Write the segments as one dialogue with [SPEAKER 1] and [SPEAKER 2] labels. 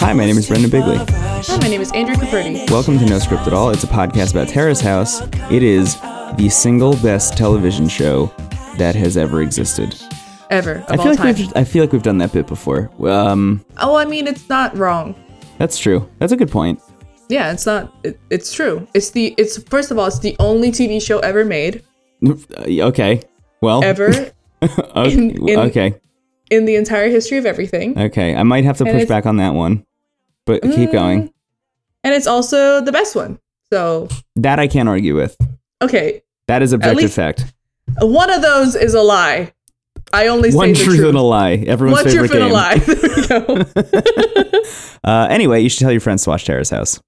[SPEAKER 1] Hi, my name is Brendan Bigley.
[SPEAKER 2] Hi, my name is Andrew Caperti.
[SPEAKER 1] Welcome to No Script at All. It's a podcast about Terrace House. It is the single best television show that has ever existed.
[SPEAKER 2] Ever of
[SPEAKER 1] I feel
[SPEAKER 2] all
[SPEAKER 1] like
[SPEAKER 2] time.
[SPEAKER 1] we've I feel like we've done that bit before. Um,
[SPEAKER 2] Oh, I mean, it's not wrong.
[SPEAKER 1] that's true. That's a good point.
[SPEAKER 2] Yeah, it's not. It, it's true. It's the. It's first of all, it's the only TV show ever made
[SPEAKER 1] Uh, Okay. Well.
[SPEAKER 2] ever
[SPEAKER 1] Okay.
[SPEAKER 2] in- in-
[SPEAKER 1] okay.
[SPEAKER 2] in the entire history of everything,
[SPEAKER 1] Okay. I might have to
[SPEAKER 2] And
[SPEAKER 1] push
[SPEAKER 2] it's- Mm.
[SPEAKER 1] back on that one, but keep going.
[SPEAKER 2] and it's also the best one. So,
[SPEAKER 1] That I can't argue with.
[SPEAKER 2] okay,
[SPEAKER 1] That is objective
[SPEAKER 2] least-
[SPEAKER 1] fact.
[SPEAKER 2] one of those is a lie. I only say
[SPEAKER 1] One
[SPEAKER 2] the
[SPEAKER 1] truth,
[SPEAKER 2] truth.
[SPEAKER 1] and a lie. Everyone's
[SPEAKER 2] One
[SPEAKER 1] favorite
[SPEAKER 2] truth
[SPEAKER 1] game.
[SPEAKER 2] and a lie. There we go.
[SPEAKER 1] Uh, anyway, you should tell your friends to watch Tara's House.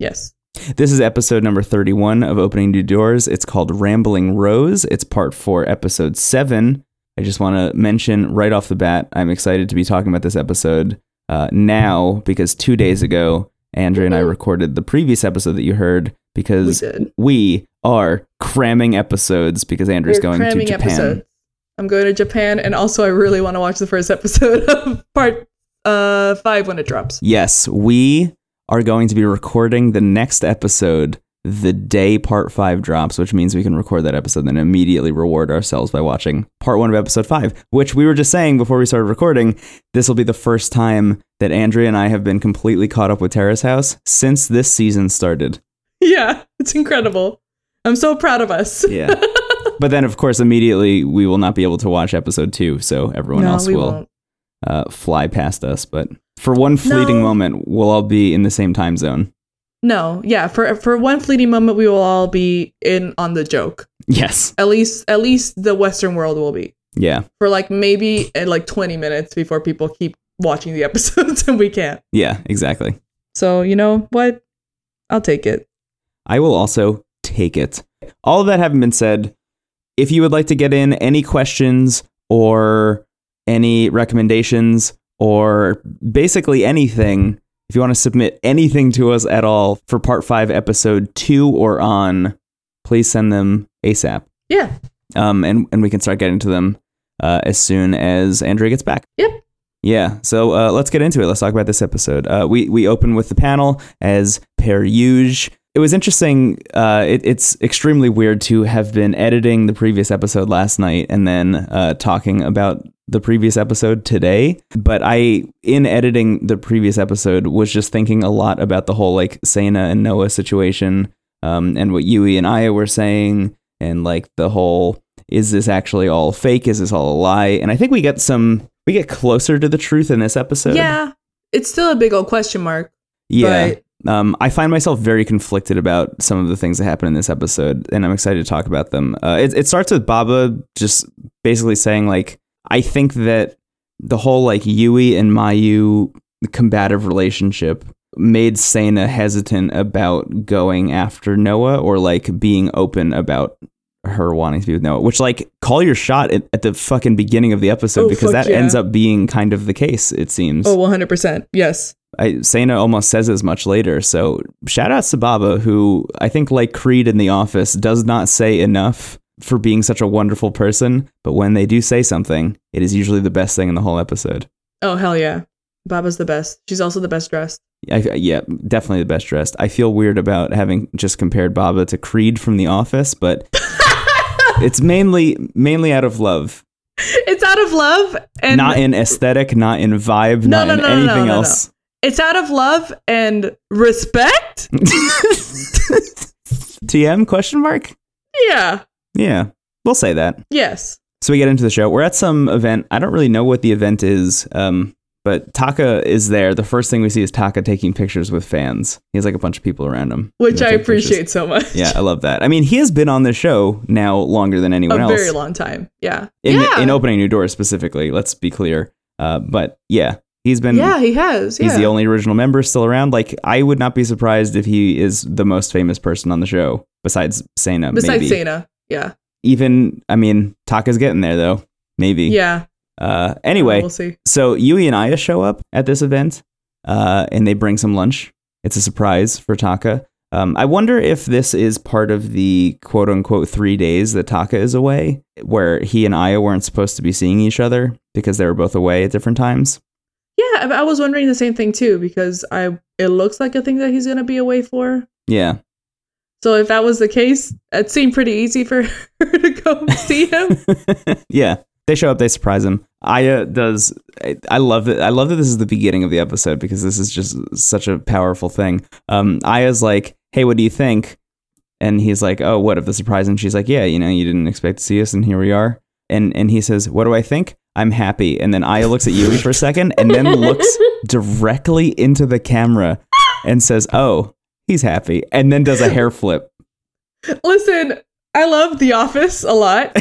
[SPEAKER 2] yes.
[SPEAKER 1] This is episode number 31 of Opening New Doors. It's called Rambling Rose. It's part four, episode seven. I just want to mention right off the bat, I'm excited to be talking about this episode uh, now because two days ago, Andrea and I recorded the previous episode that you heard because
[SPEAKER 2] Mm-hmm. We did.
[SPEAKER 1] we are cramming episodes because Andrea's
[SPEAKER 2] We're
[SPEAKER 1] going to
[SPEAKER 2] cramming
[SPEAKER 1] Japan.
[SPEAKER 2] episodes. I'm going to Japan, and also I really want to watch the first episode of part uh, five when it drops.
[SPEAKER 1] Yes, we are going to be recording the next episode the day part five drops, which means we can record that episode and then immediately reward ourselves by watching part one of episode five, which we were just saying before we started recording. This will be the first time that Andrea and I have been completely caught up with Terrace House since this season started.
[SPEAKER 2] Yeah, it's incredible. I'm so proud of us.
[SPEAKER 1] Yeah. but then, of course, immediately we will not be able to watch episode two, so everyone
[SPEAKER 2] no,
[SPEAKER 1] else
[SPEAKER 2] we
[SPEAKER 1] will
[SPEAKER 2] won't.
[SPEAKER 1] Uh, fly past us. But for one fleeting
[SPEAKER 2] No.
[SPEAKER 1] moment, we'll all be in the same time zone.
[SPEAKER 2] No, yeah. For for one fleeting moment, we will all be in on the joke.
[SPEAKER 1] Yes.
[SPEAKER 2] At least, at least the Western world will be
[SPEAKER 1] Yeah.
[SPEAKER 2] for like maybe uh, like 20 minutes before people keep watching the episodes and we can't.
[SPEAKER 1] Yeah, exactly.
[SPEAKER 2] So you know what? I'll take it.
[SPEAKER 1] I will also take it. All of that having been said, if you would like to get in any questions or any recommendations or basically anything, if you want to submit anything to us at all for part five, episode two or on, please send them ASAP.
[SPEAKER 2] Yeah.
[SPEAKER 1] Um, and, and we can start getting to them uh, as soon as Andrea gets back.
[SPEAKER 2] Yep.
[SPEAKER 1] Yeah, so uh, let's get into it. Let's talk about this episode. Uh, we we open with the panel as per usual. It was interesting. Uh, it, it's extremely weird to have been editing the previous episode last night and then uh, talking about the previous episode today. But I, in editing the previous episode, was just thinking a lot about the whole like Sana and Noah situation, um, and what Yui and Aya were saying, and like the whole is this actually all fake? Is this all a lie? And I think we get some we get closer to the truth in this episode.
[SPEAKER 2] Yeah. It's still a big old question mark.
[SPEAKER 1] Yeah. um, I find myself very conflicted about some of the things that happen in this episode, and I'm excited to talk about them. Uh, it, it starts with Baba just basically saying, like, I think that the whole, like, Yui and Mayu combative relationship made Sana hesitant about going after Noah or, like, being open about her wanting to be with Noah, which, like, call your shot at, at the fucking beginning of the episode
[SPEAKER 2] Oh,
[SPEAKER 1] because
[SPEAKER 2] fuck
[SPEAKER 1] that
[SPEAKER 2] yeah.
[SPEAKER 1] ends up being kind of the case, it seems.
[SPEAKER 2] Oh, 100%. Yes.
[SPEAKER 1] I, Sana almost says as much later. So shout out to Baba, who I think, like Creed in The Office, does not say enough for being such a wonderful person. But when they do say something, it is usually the best thing in the whole episode.
[SPEAKER 2] Oh, hell yeah. Baba's the best. She's also the best dressed.
[SPEAKER 1] I, yeah, definitely the best dressed. I feel weird about having just compared Baba to Creed from The Office, but it's mainly mainly out of love,
[SPEAKER 2] It's out of love and
[SPEAKER 1] not in aesthetic, not in vibe,
[SPEAKER 2] No,
[SPEAKER 1] not
[SPEAKER 2] no,
[SPEAKER 1] in
[SPEAKER 2] no, no, no,
[SPEAKER 1] anything
[SPEAKER 2] no, no.
[SPEAKER 1] else.
[SPEAKER 2] it's out of love and respect?
[SPEAKER 1] TM question mark?
[SPEAKER 2] Yeah.
[SPEAKER 1] Yeah, we'll say that.
[SPEAKER 2] Yes.
[SPEAKER 1] So we get into the show. We're at some event. I don't really know what the event is, um, but Taka is there. The first thing we see is Taka taking pictures with fans. He has like a bunch of people around him.
[SPEAKER 2] Which
[SPEAKER 1] They're
[SPEAKER 2] I
[SPEAKER 1] taking pictures.
[SPEAKER 2] appreciate so much.
[SPEAKER 1] Yeah, I love that. I mean, he has been on the show now longer than anyone
[SPEAKER 2] a
[SPEAKER 1] else.
[SPEAKER 2] Oh, very long time. Yeah.
[SPEAKER 1] in,
[SPEAKER 2] yeah.
[SPEAKER 1] in opening new doors specifically. Let's be clear. Uh, but yeah, he's been.
[SPEAKER 2] yeah, he has. Yeah.
[SPEAKER 1] He's the only original member still around. Like, I would not be surprised if he is the most famous person on the show besides Sana.
[SPEAKER 2] Besides
[SPEAKER 1] maybe.
[SPEAKER 2] Sana. Yeah.
[SPEAKER 1] even I mean, Taka's getting there though. Maybe.
[SPEAKER 2] Yeah.
[SPEAKER 1] Uh, anyway,
[SPEAKER 2] We'll see.
[SPEAKER 1] so Yui and Aya show up at this event, uh, and they bring some lunch. It's a surprise for Taka. Um, I wonder if this is part of the quote unquote three days that Taka is away, where he and Aya weren't supposed to be seeing each other because they were both away at different times.
[SPEAKER 2] Yeah, I I was wondering the same thing too because I it looks like a thing that he's gonna be away for.
[SPEAKER 1] Yeah.
[SPEAKER 2] So if that was the case, it seemed pretty easy for her to go see him.
[SPEAKER 1] yeah. They show up, they surprise him. Aya does I, I love that I love that this is the beginning of the episode because this is just such a powerful thing. Um Aya's like, "Hey, what do you think?" And he's like, "Oh, what of the surprise?" And she's like, "Yeah, you know, you didn't expect to see us and here we are." And and he says, "What do I think?" I'm happy. And then Aya looks at Yui for a second and then looks directly into the camera and says, "Oh, he's happy." And then does a hair flip.
[SPEAKER 2] Listen, I love The Office a lot.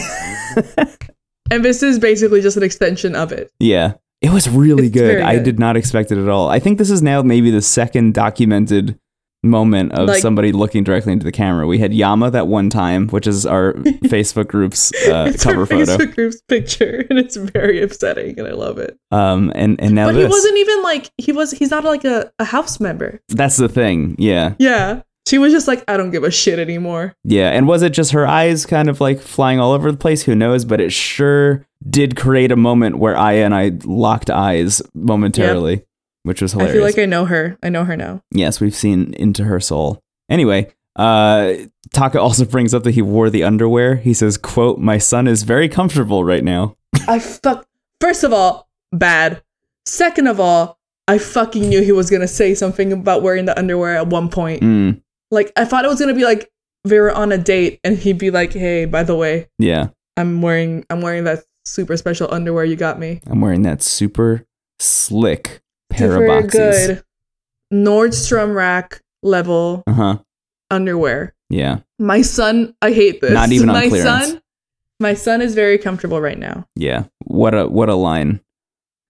[SPEAKER 2] and this is basically just an extension of it.
[SPEAKER 1] Yeah. It was really
[SPEAKER 2] It's
[SPEAKER 1] good.
[SPEAKER 2] very
[SPEAKER 1] I
[SPEAKER 2] good.
[SPEAKER 1] did not expect it at all. I think this is now maybe the second documented moment of
[SPEAKER 2] Like-
[SPEAKER 1] somebody looking directly into the camera. We had Yama that one time, which is our Facebook group's uh,
[SPEAKER 2] it's
[SPEAKER 1] cover
[SPEAKER 2] her
[SPEAKER 1] photo.
[SPEAKER 2] Facebook group's picture, and it's very upsetting, and I love it.
[SPEAKER 1] Um, and and now
[SPEAKER 2] but
[SPEAKER 1] this.
[SPEAKER 2] he wasn't even like he was. He's not like a, a house member.
[SPEAKER 1] That's the thing. Yeah,
[SPEAKER 2] Yeah, she was just like, I don't give a shit anymore.
[SPEAKER 1] yeah. And was it just her eyes kind of like flying all over the place? Who knows? But it sure did create a moment where Aya and I locked eyes momentarily, which was hilarious.
[SPEAKER 2] I feel like I know her. I know her now.
[SPEAKER 1] Yes, we've seen into her soul. Anyway, uh, Taka also brings up that he wore the underwear. He says, "quote My son is very comfortable right now."
[SPEAKER 2] I fuck. First of all, bad. Second of all, I fucking knew he was gonna say something about wearing the underwear at one point.
[SPEAKER 1] Mm,
[SPEAKER 2] Like I thought it was gonna be like they were on a date, and he'd be like, Hey, by the way,
[SPEAKER 1] yeah,
[SPEAKER 2] I'm wearing I'm wearing that super special underwear you got me.
[SPEAKER 1] I'm wearing that super slick pair
[SPEAKER 2] Super
[SPEAKER 1] of boxes.
[SPEAKER 2] good Nordstrom rack level
[SPEAKER 1] Uh huh.
[SPEAKER 2] underwear.
[SPEAKER 1] Yeah,
[SPEAKER 2] My son, I hate this.
[SPEAKER 1] Not even on
[SPEAKER 2] my
[SPEAKER 1] clearance.
[SPEAKER 2] son. My son is very comfortable right now.
[SPEAKER 1] yeah. What a what a line.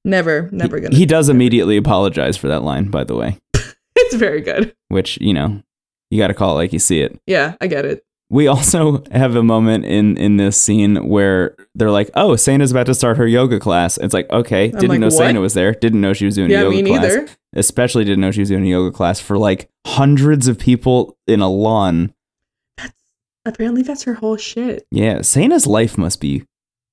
[SPEAKER 2] Never, never
[SPEAKER 1] He-
[SPEAKER 2] gonna.
[SPEAKER 1] He does immediately apologize for that line, by the way,
[SPEAKER 2] it's very good.
[SPEAKER 1] which you know you got to call it like you see it.
[SPEAKER 2] Yeah, I get it.
[SPEAKER 1] We also have a moment in in this scene where they're like, "Oh, Saina's about to start her yoga class." It's like, okay, didn't
[SPEAKER 2] like,
[SPEAKER 1] know
[SPEAKER 2] what?
[SPEAKER 1] Saina was there. Didn't know she was doing a
[SPEAKER 2] Yeah,
[SPEAKER 1] yoga
[SPEAKER 2] me
[SPEAKER 1] class.
[SPEAKER 2] neither.
[SPEAKER 1] Especially didn't know she was doing a yoga class for like hundreds of people in a lawn.
[SPEAKER 2] Apparently, that's her whole shit.
[SPEAKER 1] Yeah, Saina's life must be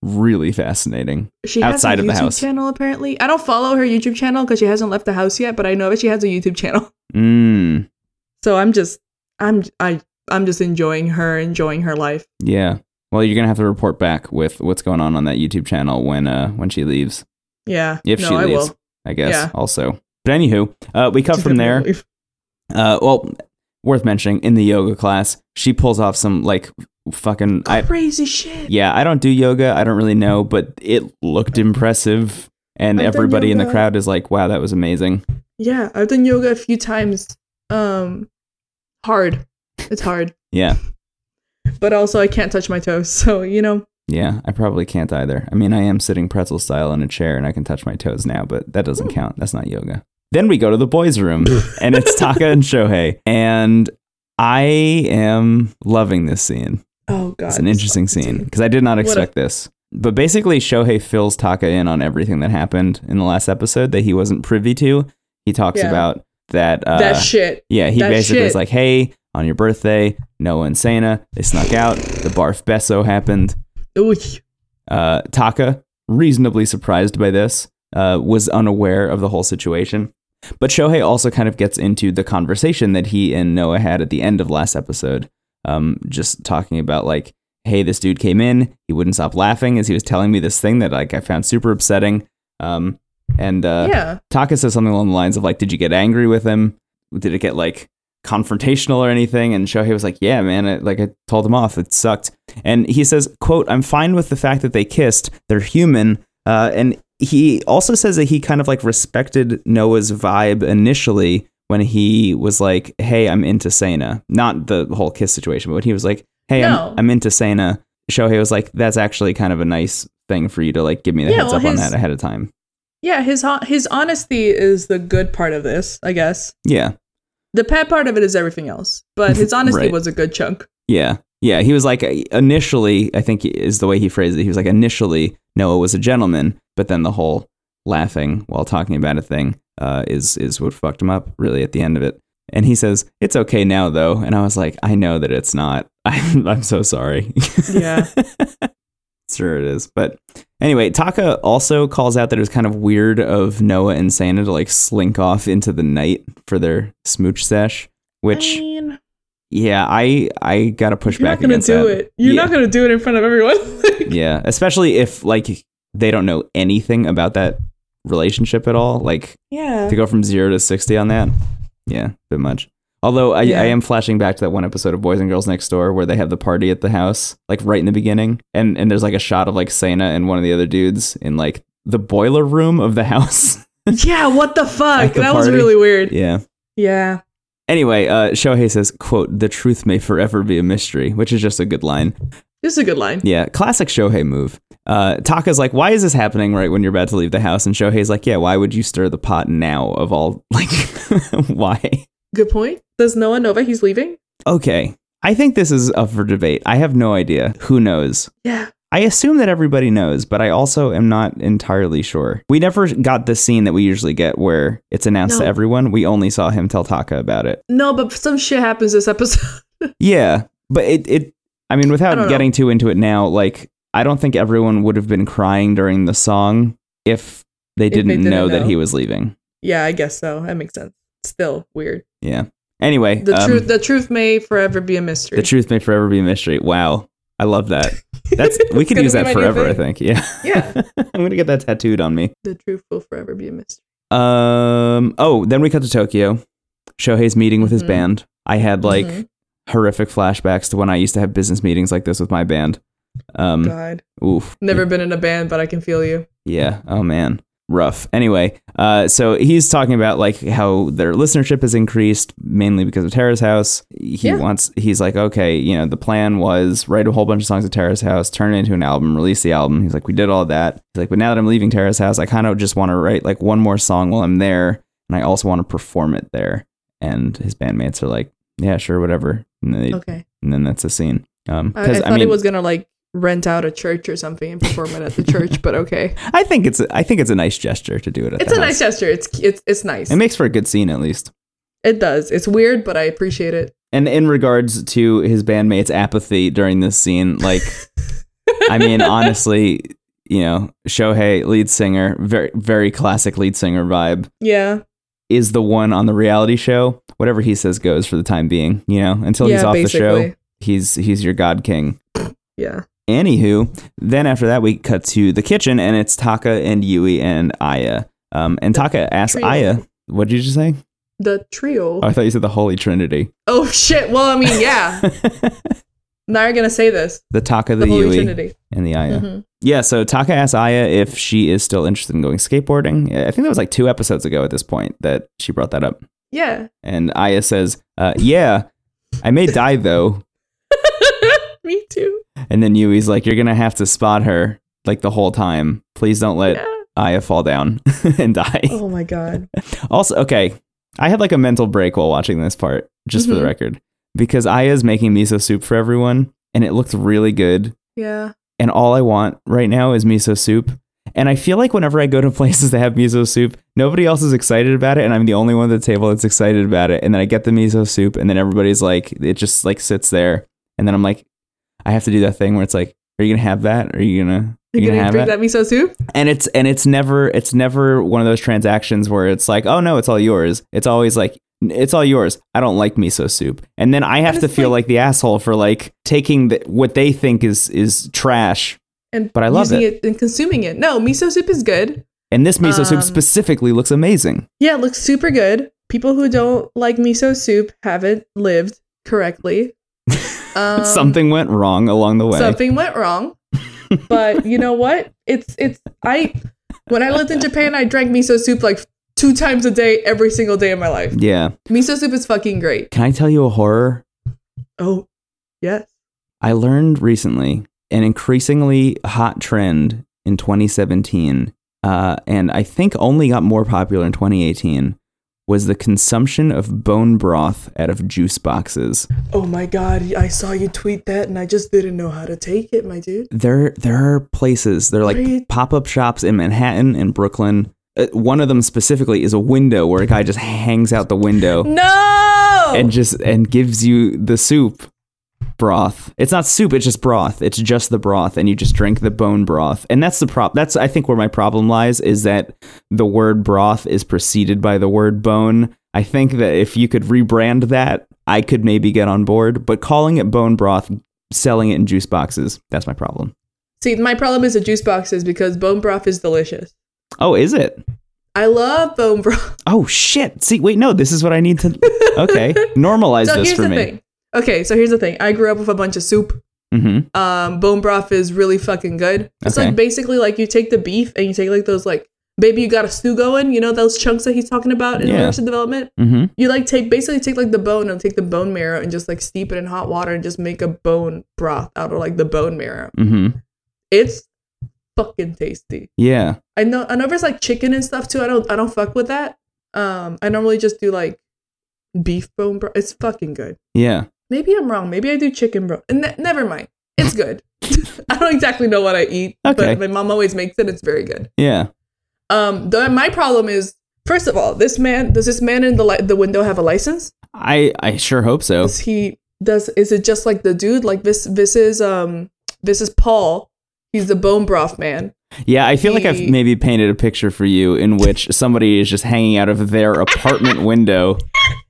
[SPEAKER 1] really fascinating.
[SPEAKER 2] She
[SPEAKER 1] Outside
[SPEAKER 2] has a
[SPEAKER 1] of the
[SPEAKER 2] YouTube
[SPEAKER 1] house.
[SPEAKER 2] channel. Apparently, I don't follow her YouTube channel because she hasn't left the house yet. But I know that she has a YouTube channel.
[SPEAKER 1] Mm,
[SPEAKER 2] So I'm just, I'm, I, I'm just enjoying her, enjoying her life.
[SPEAKER 1] yeah. Well, you're gonna have to report back with what's going on on that YouTube channel when uh when she leaves,
[SPEAKER 2] Yeah.
[SPEAKER 1] if
[SPEAKER 2] no,
[SPEAKER 1] she
[SPEAKER 2] I
[SPEAKER 1] leaves.
[SPEAKER 2] will.
[SPEAKER 1] I guess
[SPEAKER 2] Yeah.
[SPEAKER 1] also. But anywho, uh, we cut
[SPEAKER 2] She's
[SPEAKER 1] from
[SPEAKER 2] definitely
[SPEAKER 1] there.
[SPEAKER 2] gonna leave.
[SPEAKER 1] Uh, well, worth mentioning in the yoga class, she pulls off some like fucking. I
[SPEAKER 2] Crazy shit.
[SPEAKER 1] yeah, I don't do yoga. I don't really know, but it looked impressive, and
[SPEAKER 2] I've done
[SPEAKER 1] everybody in the
[SPEAKER 2] yoga.
[SPEAKER 1] crowd is like, "Wow, that was amazing."
[SPEAKER 2] Yeah, I've done yoga a few times. Um, hard. It's hard,
[SPEAKER 1] Yeah,
[SPEAKER 2] but also I can't touch my toes. So you know,
[SPEAKER 1] yeah. I probably can't either. I mean, I am sitting pretzel style in a chair, and I can touch my toes now, but that doesn't
[SPEAKER 2] Hmm.
[SPEAKER 1] count. That's not yoga. Then we go to the boys' room, and it's Taka and Shohei, and I am loving this scene.
[SPEAKER 2] oh god,
[SPEAKER 1] It's an interesting scene because I did not
[SPEAKER 2] What a-
[SPEAKER 1] expect this. But basically, Shohei fills Taka in on everything that happened in the last episode that he wasn't privy to. He talks
[SPEAKER 2] Yeah.
[SPEAKER 1] about that. Uh,
[SPEAKER 2] that shit.
[SPEAKER 1] yeah, he
[SPEAKER 2] that
[SPEAKER 1] basically is
[SPEAKER 2] shit.
[SPEAKER 1] like, "Hey, on your birthday, Noah and Sana they snuck out. The barf besso happened.
[SPEAKER 2] Ooh,
[SPEAKER 1] Uh, Taka, reasonably surprised by this, uh, was unaware of the whole situation. But Shohei also kind of gets into the conversation that he and Noah had at the end of last episode, um, just talking about like, hey, this dude came in, he wouldn't stop laughing as he was telling me this thing that like I found super upsetting. Um, and uh,
[SPEAKER 2] yeah.
[SPEAKER 1] Taka says something along the lines of like, "Did you get angry with him? Did it get like confrontational or anything?" And Shohei was like, "Yeah, man. I, like I told him off. It sucked." And he says, "quote I'm fine with the fact that they kissed. They're human." Uh, and he also says that he kind of like respected Noah's vibe initially when he was like, "Hey, I'm into Sana." Not the whole kiss situation, but when he was like, "Hey,
[SPEAKER 2] No.
[SPEAKER 1] I'm, I'm into Sana," Shohei was like, "That's actually kind of a nice thing for you to like give me the
[SPEAKER 2] Yeah,
[SPEAKER 1] heads
[SPEAKER 2] well,
[SPEAKER 1] up on
[SPEAKER 2] his-
[SPEAKER 1] that ahead of time."
[SPEAKER 2] Yeah, his hon- his honesty is the good part of this, I guess.
[SPEAKER 1] Yeah.
[SPEAKER 2] The bad part of it is everything else, but his honesty
[SPEAKER 1] Right.
[SPEAKER 2] was a good chunk.
[SPEAKER 1] Yeah. Yeah. He was like, uh, initially, I think is the way he phrased it. He was like, initially, Noah was a gentleman, but then the whole laughing while talking about a thing uh, is, is what fucked him up really at the end of it. And he says, It's okay now, though. And I was like, I know that it's not. I'm, I'm so sorry.
[SPEAKER 2] Yeah.
[SPEAKER 1] sure, it is. But anyway, Taka also calls out that it was kind of weird of Noah and Sana to like slink off into the night for their smooch sesh, which,
[SPEAKER 2] I mean,
[SPEAKER 1] yeah, I I got to push
[SPEAKER 2] you're
[SPEAKER 1] back
[SPEAKER 2] not gonna
[SPEAKER 1] against
[SPEAKER 2] do
[SPEAKER 1] that.
[SPEAKER 2] it. You're not
[SPEAKER 1] Yeah.
[SPEAKER 2] gonna do it in front of everyone. Like,
[SPEAKER 1] Yeah, especially if like they don't know anything about that relationship at all. Like,
[SPEAKER 2] yeah.
[SPEAKER 1] to go from zero to 60 on that yeah a bit much although I,
[SPEAKER 2] Yeah.
[SPEAKER 1] I am flashing back to that one episode of boys and girls next door where they have the party at the house like right in the beginning and and there's like a shot of like sana and one of the other dudes in like the boiler room of the house
[SPEAKER 2] Yeah. What the fuck?
[SPEAKER 1] the
[SPEAKER 2] that was
[SPEAKER 1] party.
[SPEAKER 2] really weird.
[SPEAKER 1] yeah
[SPEAKER 2] Yeah.
[SPEAKER 1] anyway uh shohei says quote the truth may forever be a mystery which is just a good line
[SPEAKER 2] This is a good line.
[SPEAKER 1] yeah classic shohei move uh taka's like why is this happening right when you're about to leave the house and shohei's like yeah why would you stir the pot now of all like why
[SPEAKER 2] Good point. Does Noah know that he's leaving?
[SPEAKER 1] Okay. I think this is up for debate. I have no idea. Who knows?
[SPEAKER 2] Yeah.
[SPEAKER 1] I assume that everybody knows, but I also am not entirely sure. We never got the scene that we usually get where it's announced to
[SPEAKER 2] No.
[SPEAKER 1] everyone. We only saw him tell Taka about it.
[SPEAKER 2] No, but some shit happens this episode.
[SPEAKER 1] Yeah. But it, it I mean,
[SPEAKER 2] I
[SPEAKER 1] without
[SPEAKER 2] don't know.
[SPEAKER 1] getting too into it now, like, I don't think everyone would have been crying during the song if they
[SPEAKER 2] they
[SPEAKER 1] didn't,
[SPEAKER 2] didn't
[SPEAKER 1] know, that
[SPEAKER 2] know.
[SPEAKER 1] he was leaving.
[SPEAKER 2] yeah, I guess so. That makes sense. Still weird.
[SPEAKER 1] Yeah. Anyway,
[SPEAKER 2] The
[SPEAKER 1] um,
[SPEAKER 2] truth. The truth may forever be a mystery.
[SPEAKER 1] the truth may forever be a mystery. Wow. I love that. That's we
[SPEAKER 2] It's
[SPEAKER 1] could
[SPEAKER 2] gonna
[SPEAKER 1] use
[SPEAKER 2] be
[SPEAKER 1] that
[SPEAKER 2] my new
[SPEAKER 1] forever, I
[SPEAKER 2] thing.
[SPEAKER 1] think. Yeah.
[SPEAKER 2] Yeah.
[SPEAKER 1] I'm gonna get that tattooed on me.
[SPEAKER 2] the truth will forever be a mystery.
[SPEAKER 1] Um. Oh, then we cut to Tokyo. Shohei's meeting with his
[SPEAKER 2] Mhm.
[SPEAKER 1] band. I had like
[SPEAKER 2] Mhm.
[SPEAKER 1] horrific flashbacks to when I used to have business meetings like this with my band. Um.
[SPEAKER 2] God.
[SPEAKER 1] Oof.
[SPEAKER 2] Never been in a band, but I can feel you.
[SPEAKER 1] Yeah. Oh man. Rough. Anyway, uh, so he's talking about like how their listenership has increased mainly because of Tara's House. He
[SPEAKER 2] Yeah.
[SPEAKER 1] wants. He's like, okay, you know, the plan was write a whole bunch of songs at Tara's House, turn it into an album, release the album. He's like, we did all that. He's like, but now that I'm leaving Tara's House, I kind of just want to write like one more song while I'm there, and I also want to perform it there. And his bandmates are like, yeah, sure, whatever. And, they,
[SPEAKER 2] Okay.
[SPEAKER 1] and then that's the scene. Um,
[SPEAKER 2] I, I
[SPEAKER 1] because
[SPEAKER 2] thought
[SPEAKER 1] I, mean,
[SPEAKER 2] he was gonna like rent out a church or something and perform it at the church, but okay.
[SPEAKER 1] I think it's I think it's a nice gesture to do it. At
[SPEAKER 2] It's
[SPEAKER 1] the
[SPEAKER 2] a
[SPEAKER 1] house.
[SPEAKER 2] nice gesture. It's it's it's nice.
[SPEAKER 1] It makes for a good scene, at least.
[SPEAKER 2] it does. It's weird, but I appreciate it.
[SPEAKER 1] And in regards to his bandmates' apathy during this scene, like, I mean, honestly, you know, Shohei, lead singer, very, very classic lead singer vibe,
[SPEAKER 2] Yeah.
[SPEAKER 1] is the one on the reality show. Whatever he says goes for the time being, you know, until
[SPEAKER 2] yeah.
[SPEAKER 1] he's off the show,
[SPEAKER 2] basically.
[SPEAKER 1] he's he's your god king.
[SPEAKER 2] Yeah.
[SPEAKER 1] Anywho, then after that, we cut to the kitchen, and it's Taka and Yui and Aya. Um, and Taka asks
[SPEAKER 2] trio.
[SPEAKER 1] Aya, "What did you just say?"
[SPEAKER 2] The
[SPEAKER 1] Oh,
[SPEAKER 2] trio.
[SPEAKER 1] I thought you said the Holy Trinity.
[SPEAKER 2] oh shit. Well, I mean, yeah. now you're gonna say this.
[SPEAKER 1] The Taka, the,
[SPEAKER 2] The Holy
[SPEAKER 1] Yui,
[SPEAKER 2] Trinity.
[SPEAKER 1] and the Aya.
[SPEAKER 2] Mhm.
[SPEAKER 1] Yeah, so Taka asks Aya if she is still interested in going skateboarding. I think that was like two episodes ago at this point that she brought that up.
[SPEAKER 2] Yeah.
[SPEAKER 1] And Aya says, uh, Yeah, I may die though.
[SPEAKER 2] Me too.
[SPEAKER 1] And then Yui's like, You're going to have to spot her like the whole time. Please don't let
[SPEAKER 2] Yeah.
[SPEAKER 1] Aya fall down and die.
[SPEAKER 2] Oh my god.
[SPEAKER 1] Also, okay, I had like a mental break while watching this part, just for the
[SPEAKER 2] Mhm.
[SPEAKER 1] record, because Aya's making miso soup for everyone and it looked really good.
[SPEAKER 2] Yeah.
[SPEAKER 1] and all I want right now is miso soup. And I feel like whenever I go to places that have miso soup, nobody else is excited about it, and I'm the only one at the table that's excited about it. And then I get the miso soup, and then everybody's like, it just like sits there, and then I'm like, I have to do that thing where it's like, are you gonna have that? Are you gonna? Are
[SPEAKER 2] You're
[SPEAKER 1] you
[SPEAKER 2] gonna
[SPEAKER 1] gonna have
[SPEAKER 2] drink
[SPEAKER 1] it?
[SPEAKER 2] that miso soup?
[SPEAKER 1] And it's and it's never it's never one of those transactions where it's like, oh no, it's all yours. It's always like. It's all yours. I don't like miso soup, and then I have
[SPEAKER 2] And
[SPEAKER 1] to
[SPEAKER 2] it's
[SPEAKER 1] feel
[SPEAKER 2] like-
[SPEAKER 1] like, the asshole for like taking the, what they think is is trash
[SPEAKER 2] And
[SPEAKER 1] But I love
[SPEAKER 2] using it. and consuming it. No, miso soup is good.
[SPEAKER 1] And this miso
[SPEAKER 2] Um,
[SPEAKER 1] soup specifically looks amazing.
[SPEAKER 2] Yeah, it looks super good. People who don't like miso soup haven't lived correctly. Um,
[SPEAKER 1] Something went wrong along the way.
[SPEAKER 2] something went wrong. but you know what? It's it's I when I lived in Japan, I drank miso soup like two times a day every single day of my life.
[SPEAKER 1] Yeah.
[SPEAKER 2] Miso soup is fucking great.
[SPEAKER 1] Can I tell you a horror?
[SPEAKER 2] Oh, yes.
[SPEAKER 1] I learned recently an increasingly hot trend in 2017, uh, and I think only got more popular in 2018, was the consumption of bone broth out of juice boxes.
[SPEAKER 2] Oh my god, I saw you tweet that and I just didn't know how to take it, my dude.
[SPEAKER 1] There, there are places. They're like
[SPEAKER 2] Right.
[SPEAKER 1] pop up shops in Manhattan and Brooklyn uh, one of them specifically is a window where a guy just hangs out the window
[SPEAKER 2] No.
[SPEAKER 1] and just and gives you the soup broth. It's not soup, it's just broth. It's just the broth and you just drink the bone broth. And that's the prop that's I think where my problem lies is that the word broth is preceded by the word bone. I think that if you could rebrand that, I could maybe get on board, but calling it bone broth, selling it in juice boxes, that's my problem.
[SPEAKER 2] See, my problem is the juice boxes because bone broth is delicious.
[SPEAKER 1] Oh, is it?
[SPEAKER 2] I love bone broth.
[SPEAKER 1] Oh shit. See, wait, no, this is what I need to Okay. Normalize
[SPEAKER 2] So
[SPEAKER 1] this
[SPEAKER 2] here's
[SPEAKER 1] for
[SPEAKER 2] the
[SPEAKER 1] me.
[SPEAKER 2] thing. Okay, so here's the thing. I grew up with a bunch of soup.
[SPEAKER 1] Mhm.
[SPEAKER 2] Um, bone broth is really fucking good. It's
[SPEAKER 1] Okay.
[SPEAKER 2] like basically like you take the beef and you take like those like baby you got a stew going. You know those chunks that he's talking about in
[SPEAKER 1] Yeah.
[SPEAKER 2] Arrested Development.
[SPEAKER 1] Mhm.
[SPEAKER 2] You like take basically take like the bone and take the bone marrow and just like steep it in hot water and just make a bone broth out of like the bone marrow.
[SPEAKER 1] Mhm.
[SPEAKER 2] It's fucking tasty.
[SPEAKER 1] Yeah.
[SPEAKER 2] I know I know there's like chicken and stuff too. I don't I don't fuck with that. Um I normally just do like beef bone broth. It's fucking good.
[SPEAKER 1] Yeah.
[SPEAKER 2] Maybe I'm wrong. Maybe I do chicken broth. Ne- never mind. It's good. I don't exactly know what I eat,
[SPEAKER 1] Okay.
[SPEAKER 2] but my mom always makes it. It's very good.
[SPEAKER 1] Yeah.
[SPEAKER 2] Um though my problem is first of all, this man does this man in the li- the window have a license?
[SPEAKER 1] I I sure hope so.
[SPEAKER 2] Does he does is it just like the dude like this this is um this is Paul. He's the bone broth man.
[SPEAKER 1] Yeah, I feel like I've
[SPEAKER 2] the-
[SPEAKER 1] maybe painted a picture for you in which somebody is just hanging out of their apartment window,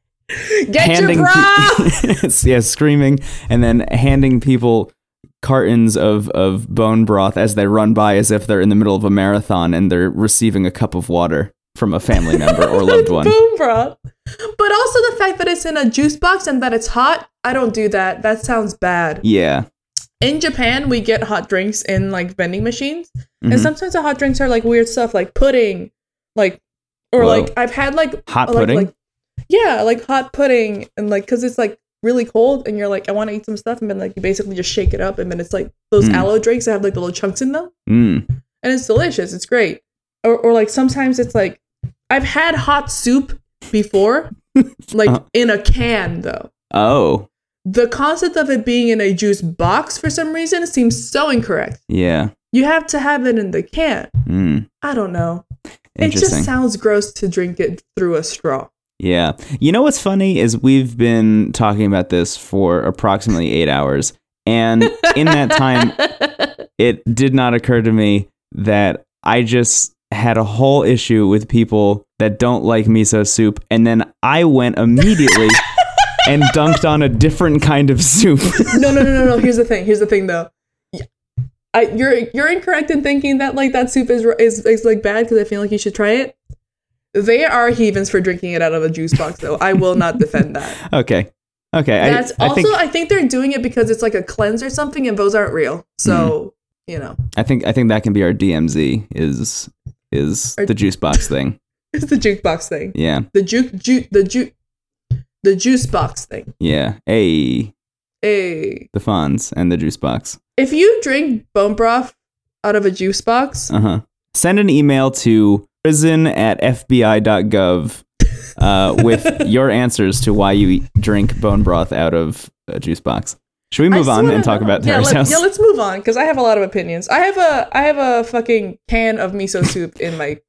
[SPEAKER 2] Get
[SPEAKER 1] handing,
[SPEAKER 2] your broth.
[SPEAKER 1] pe- yeah, screaming, and then handing people cartons of of bone broth as they run by, as if they're in the middle of a marathon and they're receiving a cup of water from a family member or loved one.
[SPEAKER 2] Boom broth. But also the fact that it's in a juice box and that it's hot. I don't do that. That sounds bad.
[SPEAKER 1] Yeah,
[SPEAKER 2] In Japan, we get hot drinks in like vending machines.
[SPEAKER 1] Mhm.
[SPEAKER 2] And sometimes the hot drinks are like weird stuff like pudding, like or
[SPEAKER 1] Whoa.
[SPEAKER 2] like I've had like
[SPEAKER 1] hot
[SPEAKER 2] Oh, like-
[SPEAKER 1] pudding.
[SPEAKER 2] like- yeah, like hot pudding and like cuz it's like really cold and you're like I want to eat some stuff and then like you basically just shake it up and then it's like those
[SPEAKER 1] Mm.
[SPEAKER 2] aloe drinks that have like the little chunks in them
[SPEAKER 1] mm.
[SPEAKER 2] and it's delicious. It's great. Or, or like sometimes it's like I've had hot soup before, like
[SPEAKER 1] Uh-huh.
[SPEAKER 2] in a can though.
[SPEAKER 1] Oh,
[SPEAKER 2] The concept of it being in a juice box for some reason seems so incorrect.
[SPEAKER 1] yeah.
[SPEAKER 2] You have to have it in the can.
[SPEAKER 1] Mm.
[SPEAKER 2] I don't know. It
[SPEAKER 1] Interesting.
[SPEAKER 2] just sounds gross to drink it through a straw.
[SPEAKER 1] Yeah. You know what's funny is we've been talking about this for approximately eight hours. And in that time, it did not occur to me that I just had a whole issue with people that don't like miso soup. And then I went immediately and dunked on a different kind of soup.
[SPEAKER 2] no, no, no, no, no. Here's the thing. Here's the thing, though. Yeah. I, you're you're incorrect in thinking that like that soup is is, is like bad because I feel like you should try it. They are heathens for drinking it out of a juice box, though. I will not defend that.
[SPEAKER 1] okay. Okay. I-
[SPEAKER 2] That's
[SPEAKER 1] I,
[SPEAKER 2] also
[SPEAKER 1] think,
[SPEAKER 2] I think they're doing it because it's like a cleanse or something, and those aren't real. So
[SPEAKER 1] Hmm.
[SPEAKER 2] you know,
[SPEAKER 1] I think I think that can be our DMZ is is
[SPEAKER 2] Our-
[SPEAKER 1] the juice box thing.
[SPEAKER 2] it's the jukebox thing,
[SPEAKER 1] Yeah.
[SPEAKER 2] the juke ju- the ju- the juice box thing.
[SPEAKER 1] Yeah. Hey.
[SPEAKER 2] Hey,
[SPEAKER 1] The Fonz and the juice box.
[SPEAKER 2] if you drink bone broth out of a juice box,
[SPEAKER 1] Uh huh. Send an email to prison at fbi.gov uh, with your answers to why you eat- drink bone broth out of a juice box. Should we
[SPEAKER 2] I
[SPEAKER 1] move
[SPEAKER 2] just
[SPEAKER 1] on
[SPEAKER 2] wanna
[SPEAKER 1] and talk
[SPEAKER 2] know-
[SPEAKER 1] about
[SPEAKER 2] yeah,
[SPEAKER 1] Terry's
[SPEAKER 2] let,
[SPEAKER 1] house?
[SPEAKER 2] Yeah, let's move on because I have a lot of opinions. I have a I have a fucking can of miso soup in my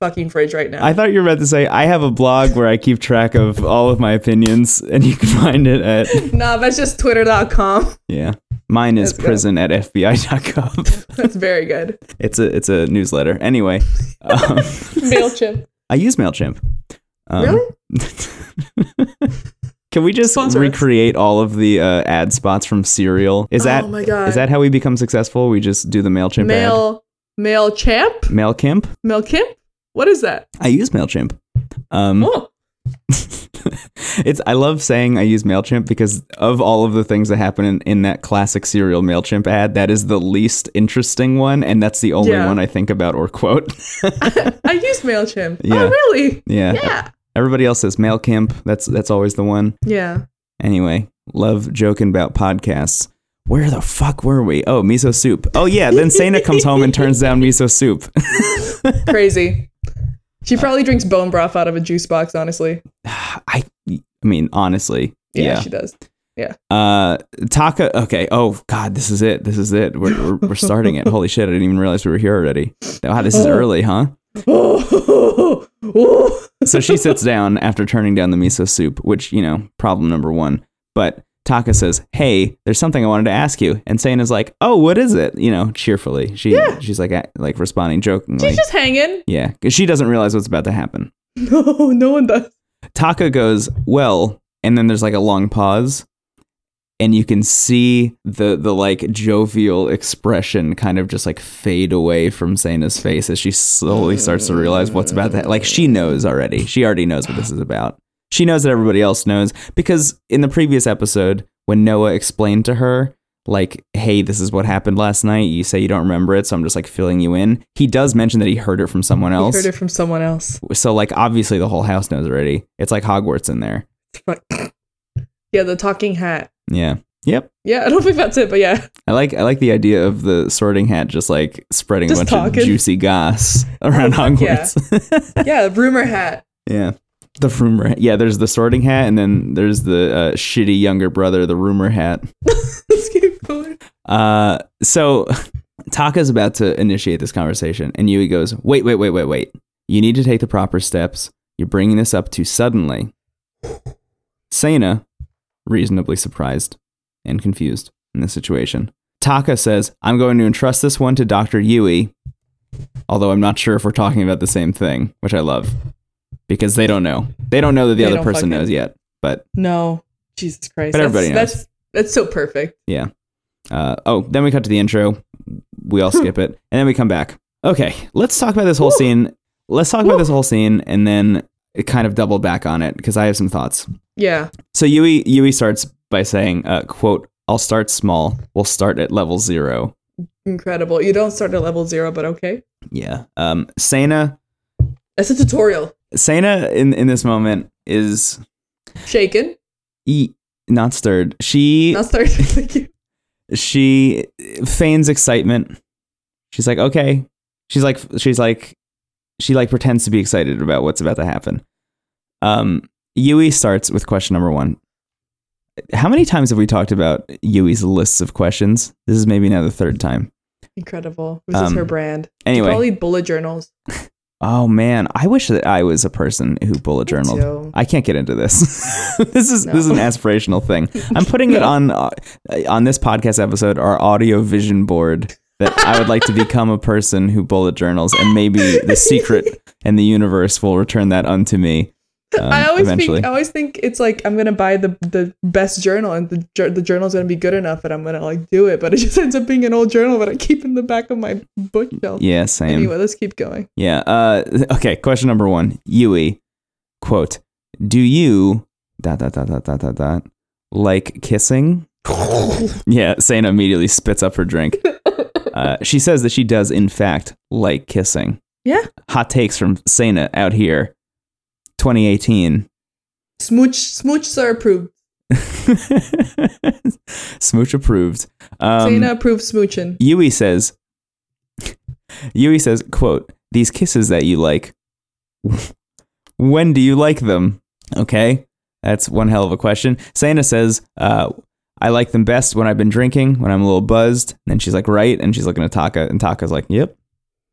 [SPEAKER 2] fucking fridge right now.
[SPEAKER 1] I thought you were about to say I have a blog where I keep track of all of my opinions, and you can find it at
[SPEAKER 2] nah, that's just twitter.com.
[SPEAKER 1] yeah. Mine is
[SPEAKER 2] Let's go.
[SPEAKER 1] prison at fbi.gov.
[SPEAKER 2] That's very good.
[SPEAKER 1] It's a it's a newsletter. Anyway, um,
[SPEAKER 2] Mailchimp.
[SPEAKER 1] I use Mailchimp. Um,
[SPEAKER 2] Really?
[SPEAKER 1] Can we just
[SPEAKER 2] Sponsor us.
[SPEAKER 1] recreate all of the uh, ad spots from Serial? Is that
[SPEAKER 2] oh my god.
[SPEAKER 1] is that how we become successful? We just do the Mailchimp
[SPEAKER 2] mail Mailchimp?
[SPEAKER 1] ad. Mailchimp.
[SPEAKER 2] Mailchimp? What is that?
[SPEAKER 1] I use Mailchimp. Um,
[SPEAKER 2] Oh,
[SPEAKER 1] it's I love saying I use Mailchimp because of all of the things that happen in, in that classic Serial Mailchimp ad, that is the least interesting one, and that's the only
[SPEAKER 2] Yeah.
[SPEAKER 1] one I think about or quote.
[SPEAKER 2] I use Mailchimp.
[SPEAKER 1] Yeah.
[SPEAKER 2] Oh, really?
[SPEAKER 1] yeah.
[SPEAKER 2] Yeah.
[SPEAKER 1] Everybody else says Mailchimp. That's that's always the one.
[SPEAKER 2] Yeah.
[SPEAKER 1] Anyway, love joking about podcasts. Where the fuck were we? Oh, miso soup. Oh yeah, then Sana comes home and turns down miso soup.
[SPEAKER 2] Crazy. She probably drinks bone broth out of a juice box, honestly.
[SPEAKER 1] I I mean, honestly.
[SPEAKER 2] Yeah,
[SPEAKER 1] Yeah.
[SPEAKER 2] she does.
[SPEAKER 1] Uh Taka okay. Oh god, this is it. This is it. We're we're, we're starting it. Holy shit, I didn't even realize we were here already. Wow, this is
[SPEAKER 2] Oh.
[SPEAKER 1] early, huh?
[SPEAKER 2] Oh,
[SPEAKER 1] so she sits down after turning down the miso soup, which, you know, problem number one. But Taka says, Hey, there's something I wanted to ask you. And Sane is like, Oh, what is it? You know, cheerfully. She she's like act- like responding jokingly.
[SPEAKER 2] she's just hanging.
[SPEAKER 1] yeah. Cause she doesn't realize what's about to happen.
[SPEAKER 2] No, no one does.
[SPEAKER 1] Taka goes, Well, and then there's like a long pause. And you can see the the like jovial expression kind of just like fade away from Saina's face as she slowly starts to realize what's about that. Like she knows already. She already knows what this is about. She knows that everybody else knows because in the previous episode, when Noah explained to her, like, hey, this is what happened last night, you say you don't remember it, so I'm just like filling you in. He does mention that he heard it from someone
[SPEAKER 2] I
[SPEAKER 1] else
[SPEAKER 2] heard it from someone else.
[SPEAKER 1] so like obviously the whole house knows already. It's like Hogwarts in there.
[SPEAKER 2] Fuck. yeah, the talking hat.
[SPEAKER 1] Yeah. Yep.
[SPEAKER 2] Yeah, I don't think that's it, but yeah.
[SPEAKER 1] I like I like the idea of the sorting hat just like spreading
[SPEAKER 2] Just
[SPEAKER 1] a bunch
[SPEAKER 2] talking. Oh,
[SPEAKER 1] of juicy goss around
[SPEAKER 2] fuck yeah.
[SPEAKER 1] Hogwarts. Yeah.
[SPEAKER 2] Yeah, rumor hat.
[SPEAKER 1] The rumor. Yeah, there's the sorting hat and then there's the uh, shitty younger brother, the rumor hat.
[SPEAKER 2] Let's keep going.
[SPEAKER 1] Uh so Taka's about to initiate this conversation and Yui goes, "Wait, wait, wait, wait, wait. You need to take the proper steps. You're bringing this up too suddenly." Sana, reasonably surprised and confused in this situation. Taka says, "I'm going to entrust this one to Dr. Yui." Although I'm not sure if we're talking about the same thing, which I love because they don't know. They don't know that the
[SPEAKER 2] They
[SPEAKER 1] other
[SPEAKER 2] don't
[SPEAKER 1] person
[SPEAKER 2] fucking-
[SPEAKER 1] knows yet. But
[SPEAKER 2] No, Jesus Christ.
[SPEAKER 1] But
[SPEAKER 2] that's,
[SPEAKER 1] everybody knows.
[SPEAKER 2] That's that's so perfect.
[SPEAKER 1] Yeah. Uh, oh, then we cut to the intro. We all skip it, and then we come back. Okay, let's talk about this whole scene. Let's talk about this whole scene, and then it kind of double back on it because I have some thoughts.
[SPEAKER 2] Yeah.
[SPEAKER 1] So Yui Yui starts by saying, uh, "quote I'll start small. We'll start at level zero.
[SPEAKER 2] Incredible. You don't start at level zero, but okay.
[SPEAKER 1] Yeah. Um, Sana
[SPEAKER 2] That's a tutorial.
[SPEAKER 1] Sana in in this moment is
[SPEAKER 2] Shaken.
[SPEAKER 1] e- not stirred. She
[SPEAKER 2] Now start. Thank you.
[SPEAKER 1] she feigns excitement. She's like, okay. She's like, she's like, she like pretends to be excited about what's about to happen. Um, Yui starts with question number one. How many times have we talked about Yui's lists of questions? This is maybe now the third time.
[SPEAKER 2] Incredible. This is
[SPEAKER 1] Um,
[SPEAKER 2] her brand. She
[SPEAKER 1] Anyway,
[SPEAKER 2] Probably bullet journals.
[SPEAKER 1] oh man, I wish that I was a person who bullet journaled.
[SPEAKER 2] So-
[SPEAKER 1] I can't get into this. this is this is an
[SPEAKER 2] No.
[SPEAKER 1] aspirational thing. I'm putting it
[SPEAKER 2] No.
[SPEAKER 1] on uh, on this podcast episode, our audio vision board. That I would like to become a person who bullet journals, and maybe the secret and the universe will return that unto me. um,
[SPEAKER 2] I always
[SPEAKER 1] eventually.
[SPEAKER 2] think oh, I always think it's like I'm gonna buy the the best journal and the jour- the journal's gonna be good enough and I'm gonna like do it, but it just ends up being an old journal that I keep in the back of my bookshelf.
[SPEAKER 1] yeah, same.
[SPEAKER 2] Anyway, let's keep going.
[SPEAKER 1] Yeah. Uh, okay. Question number one. Yui, quote: Do you dot dot dot dot dot dot dot like kissing? Yeah, Sana immediately spits up her drink. Uh, she says that she does, in fact, like kissing.
[SPEAKER 2] Yeah.
[SPEAKER 1] Hot takes from Sana out here, 2018.
[SPEAKER 2] Smooch smooches are approved.
[SPEAKER 1] Smooch approved. Um,
[SPEAKER 2] Sana approved smooching.
[SPEAKER 1] Yui says, Yui says, quote, these kisses that you like, when do you like them? Okay. That's one hell of a question. Sana says, uh, I like them best when I've been drinking, when I'm a little buzzed. And then she's like, right. And she's looking at Taka. And Taka's like, yep,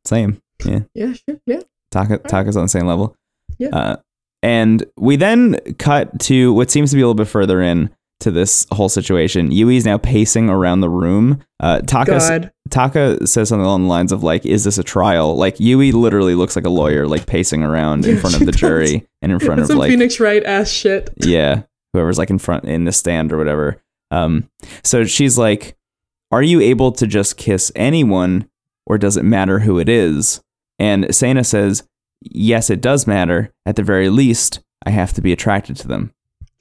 [SPEAKER 1] same.
[SPEAKER 2] Yeah, sure. Yeah.
[SPEAKER 1] Taka, Taka's on the same level.
[SPEAKER 2] Yeah.
[SPEAKER 1] Uh, and we then cut to what seems to be a little bit further in to this whole situation. Yui's now pacing around the room. Uh, Taka,
[SPEAKER 2] God.
[SPEAKER 1] Taka says something along the lines of like, "Is this a trial?" Like Yui literally looks like a lawyer, like pacing around in
[SPEAKER 2] Yeah,
[SPEAKER 1] front
[SPEAKER 2] she
[SPEAKER 1] of the
[SPEAKER 2] does.
[SPEAKER 1] jury and in front
[SPEAKER 2] That's
[SPEAKER 1] of
[SPEAKER 2] some
[SPEAKER 1] like,
[SPEAKER 2] Phoenix Wright ass shit.
[SPEAKER 1] yeah, whoever's like in front in the stand or whatever. Um, so she's like, "Are you able to just kiss anyone, or does it matter who it is?" And Sana says, "Yes, it does matter. At the very least, I have to be attracted to them."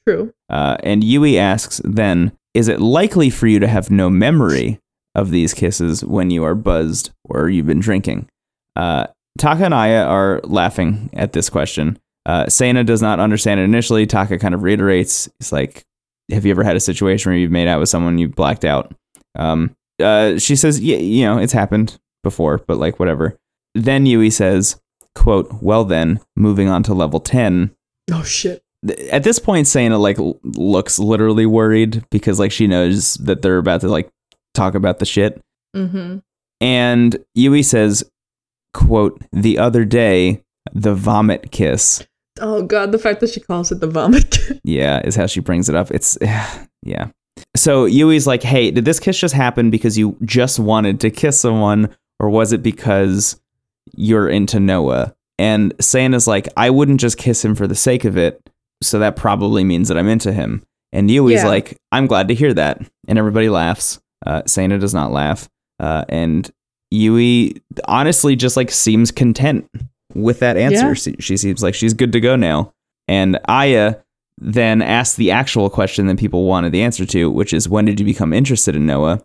[SPEAKER 2] True.
[SPEAKER 1] Uh, and Yui asks then, is it likely for you to have no memory of these kisses when you are buzzed or you've been drinking? Uh, Taka and Aya are laughing at this question. Uh, Sana does not understand it initially. Taka kind of reiterates, he's like, have you ever had a situation where you've made out with someone you blacked out? Um, uh, she says, yeah, you know, it's happened before, but like, whatever. Then Yui says, quote, well then, moving on to level 10,
[SPEAKER 2] Oh shit.
[SPEAKER 1] th- at this point Sana like l- looks literally worried because like she knows that they're about to like talk about the shit
[SPEAKER 2] Mm-hmm.
[SPEAKER 1] and Yui says quote, the other day, the vomit kiss.
[SPEAKER 2] Oh god, the fact that she calls it the vomit.
[SPEAKER 1] Yeah, is how she brings it up. It's, yeah. So Yui's like, hey, did this kiss just happen because you just wanted to kiss someone, or was it because you're into Noah? And San is like, I wouldn't just kiss him for the sake of it. So that probably means that I'm into him. And Yui's
[SPEAKER 2] Yeah.
[SPEAKER 1] like, I'm glad to hear that. And everybody laughs. Uh, Sana does not laugh. Uh, and Yui honestly just like seems content with that answer.
[SPEAKER 2] Yeah.
[SPEAKER 1] She, she seems like she's good to go now. And Aya then asks the actual question that people wanted the answer to, which is when did you become interested in Noah?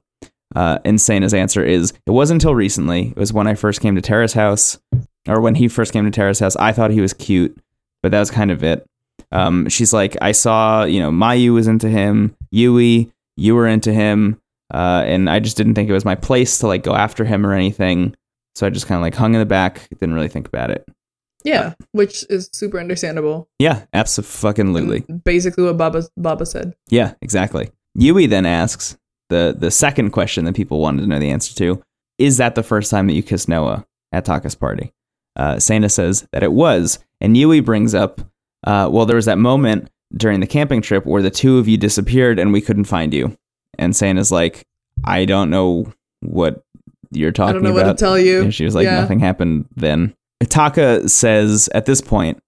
[SPEAKER 1] Uh, and Sana's answer is it wasn't until recently. It was when I first came to Tara's house, or when he first came to Tara's house. I thought he was cute, but that was kind of it. Um, she's like, I saw, you know, Mayu was into him, Yui, you were into him, uh, and I just didn't think it was my place to like go after him or anything. So I just kind of like hung in the back, didn't really think about it.
[SPEAKER 2] yeah, which is super understandable.
[SPEAKER 1] Yeah, absolutely.
[SPEAKER 2] Mm-hmm. Basically what Baba Baba said.
[SPEAKER 1] Yeah, exactly. Yui then asks the the second question that people wanted to know the answer to: Is that the first time that you kissed Noah at Taka's party? Uh, Sana says that it was, and Yui brings up, uh, well, there was that moment during the camping trip where the two of you disappeared and we couldn't find you. And Sana's like, I don't know what you're
[SPEAKER 2] I
[SPEAKER 1] talking
[SPEAKER 2] don't know
[SPEAKER 1] about.
[SPEAKER 2] what to tell you.
[SPEAKER 1] And she was like,
[SPEAKER 2] Yeah.
[SPEAKER 1] nothing happened then. Taka says at this point,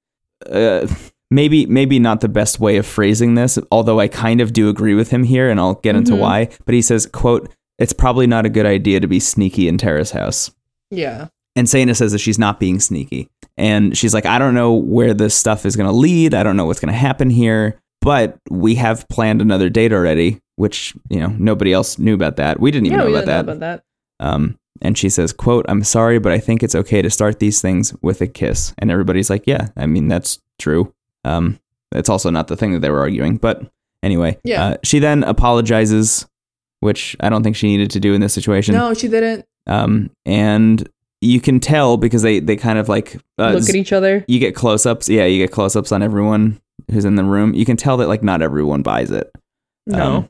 [SPEAKER 1] uh, maybe maybe not the best way of phrasing this, although I kind of do agree with him here, and I'll get into
[SPEAKER 2] Mhm.
[SPEAKER 1] why. But he says, "quote It's probably not a good idea to be sneaky in Tara's house."
[SPEAKER 2] Yeah.
[SPEAKER 1] And Sana says that she's not being sneaky, and she's like, "I don't know where this stuff is going to lead. I don't know what's going to happen here, but we have planned another date already." Which you know nobody else knew about that. We didn't even
[SPEAKER 2] yeah,
[SPEAKER 1] know
[SPEAKER 2] we
[SPEAKER 1] about
[SPEAKER 2] didn't know
[SPEAKER 1] that.
[SPEAKER 2] about that.
[SPEAKER 1] Um, and she says, "quote I'm sorry, but I think it's okay to start these things with a kiss." And everybody's like, "Yeah, I mean that's true." Um, it's also not the thing that they were arguing, but anyway,
[SPEAKER 2] Yeah.
[SPEAKER 1] Uh, she then apologizes, which I don't think she needed to do in this situation.
[SPEAKER 2] No, she didn't
[SPEAKER 1] Um, and you can tell because they they kind of like uh,
[SPEAKER 2] look at each other.
[SPEAKER 1] you get close ups. Yeah, you get close ups on everyone who's in the room. You can tell that like not everyone buys it.
[SPEAKER 2] No.
[SPEAKER 1] Um,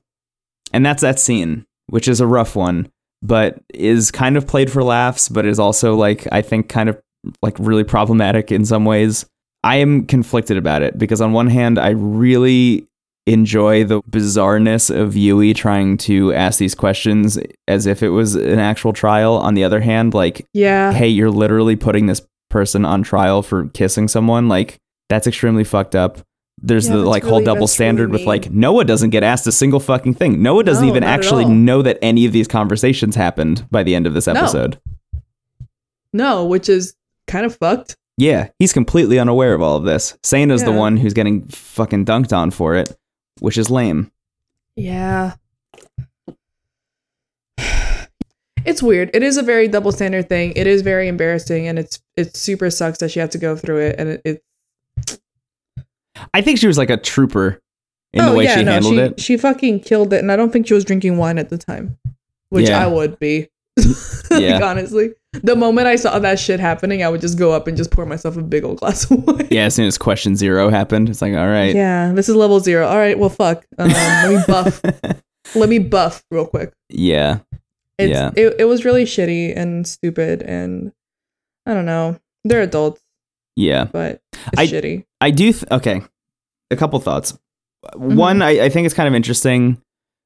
[SPEAKER 1] and that's that scene, which is a rough one, but is kind of played for laughs, but is also like I think kind of like really problematic in some ways. I am conflicted about it because on one hand, I really enjoy the bizarreness of Yui trying to ask these questions as if it was an actual trial. On the other hand, like
[SPEAKER 2] yeah.
[SPEAKER 1] hey, you're literally putting this person on trial for kissing someone. Like, that's extremely fucked up. There's
[SPEAKER 2] Yeah,
[SPEAKER 1] the
[SPEAKER 2] that's
[SPEAKER 1] like whole
[SPEAKER 2] really-
[SPEAKER 1] double
[SPEAKER 2] that's really
[SPEAKER 1] standard with
[SPEAKER 2] mean.
[SPEAKER 1] like Noah doesn't get asked a single fucking thing. Noah doesn't
[SPEAKER 2] No,
[SPEAKER 1] even
[SPEAKER 2] not at
[SPEAKER 1] actually
[SPEAKER 2] all.
[SPEAKER 1] know that any of these conversations happened by the end of this
[SPEAKER 2] No.
[SPEAKER 1] episode.
[SPEAKER 2] No, which is kind of fucked.
[SPEAKER 1] Yeah, he's completely unaware of all of this. Sana's the
[SPEAKER 2] Yeah.
[SPEAKER 1] one who's getting fucking dunked on for it, which is lame.
[SPEAKER 2] Yeah. It's weird. It is a very double standard thing. It is very embarrassing and it's it super sucks that she had to go through it and it, it
[SPEAKER 1] I think she was like a trooper in the way she handled
[SPEAKER 2] Oh, she,
[SPEAKER 1] it.
[SPEAKER 2] She fucking killed it and I don't think she was drinking wine at the time. Which
[SPEAKER 1] Yeah. Mm,
[SPEAKER 2] I would be. like
[SPEAKER 1] Yeah.
[SPEAKER 2] honestly. The moment I saw that shit happening, I would just go up and just pour myself a big old glass of wine.
[SPEAKER 1] Yeah, as soon as question zero happened, it's like, all right.
[SPEAKER 2] Yeah, this is level zero. All right, well, fuck. Um, let me buff. let me buff real quick.
[SPEAKER 1] yeah.
[SPEAKER 2] It's,
[SPEAKER 1] Yeah.
[SPEAKER 2] It, it was really shitty and stupid, and I don't know. They're adults,
[SPEAKER 1] Yeah.
[SPEAKER 2] but it's
[SPEAKER 1] I-
[SPEAKER 2] shitty.
[SPEAKER 1] I do. Th- okay, a couple thoughts. One, I, I think it's kind of interesting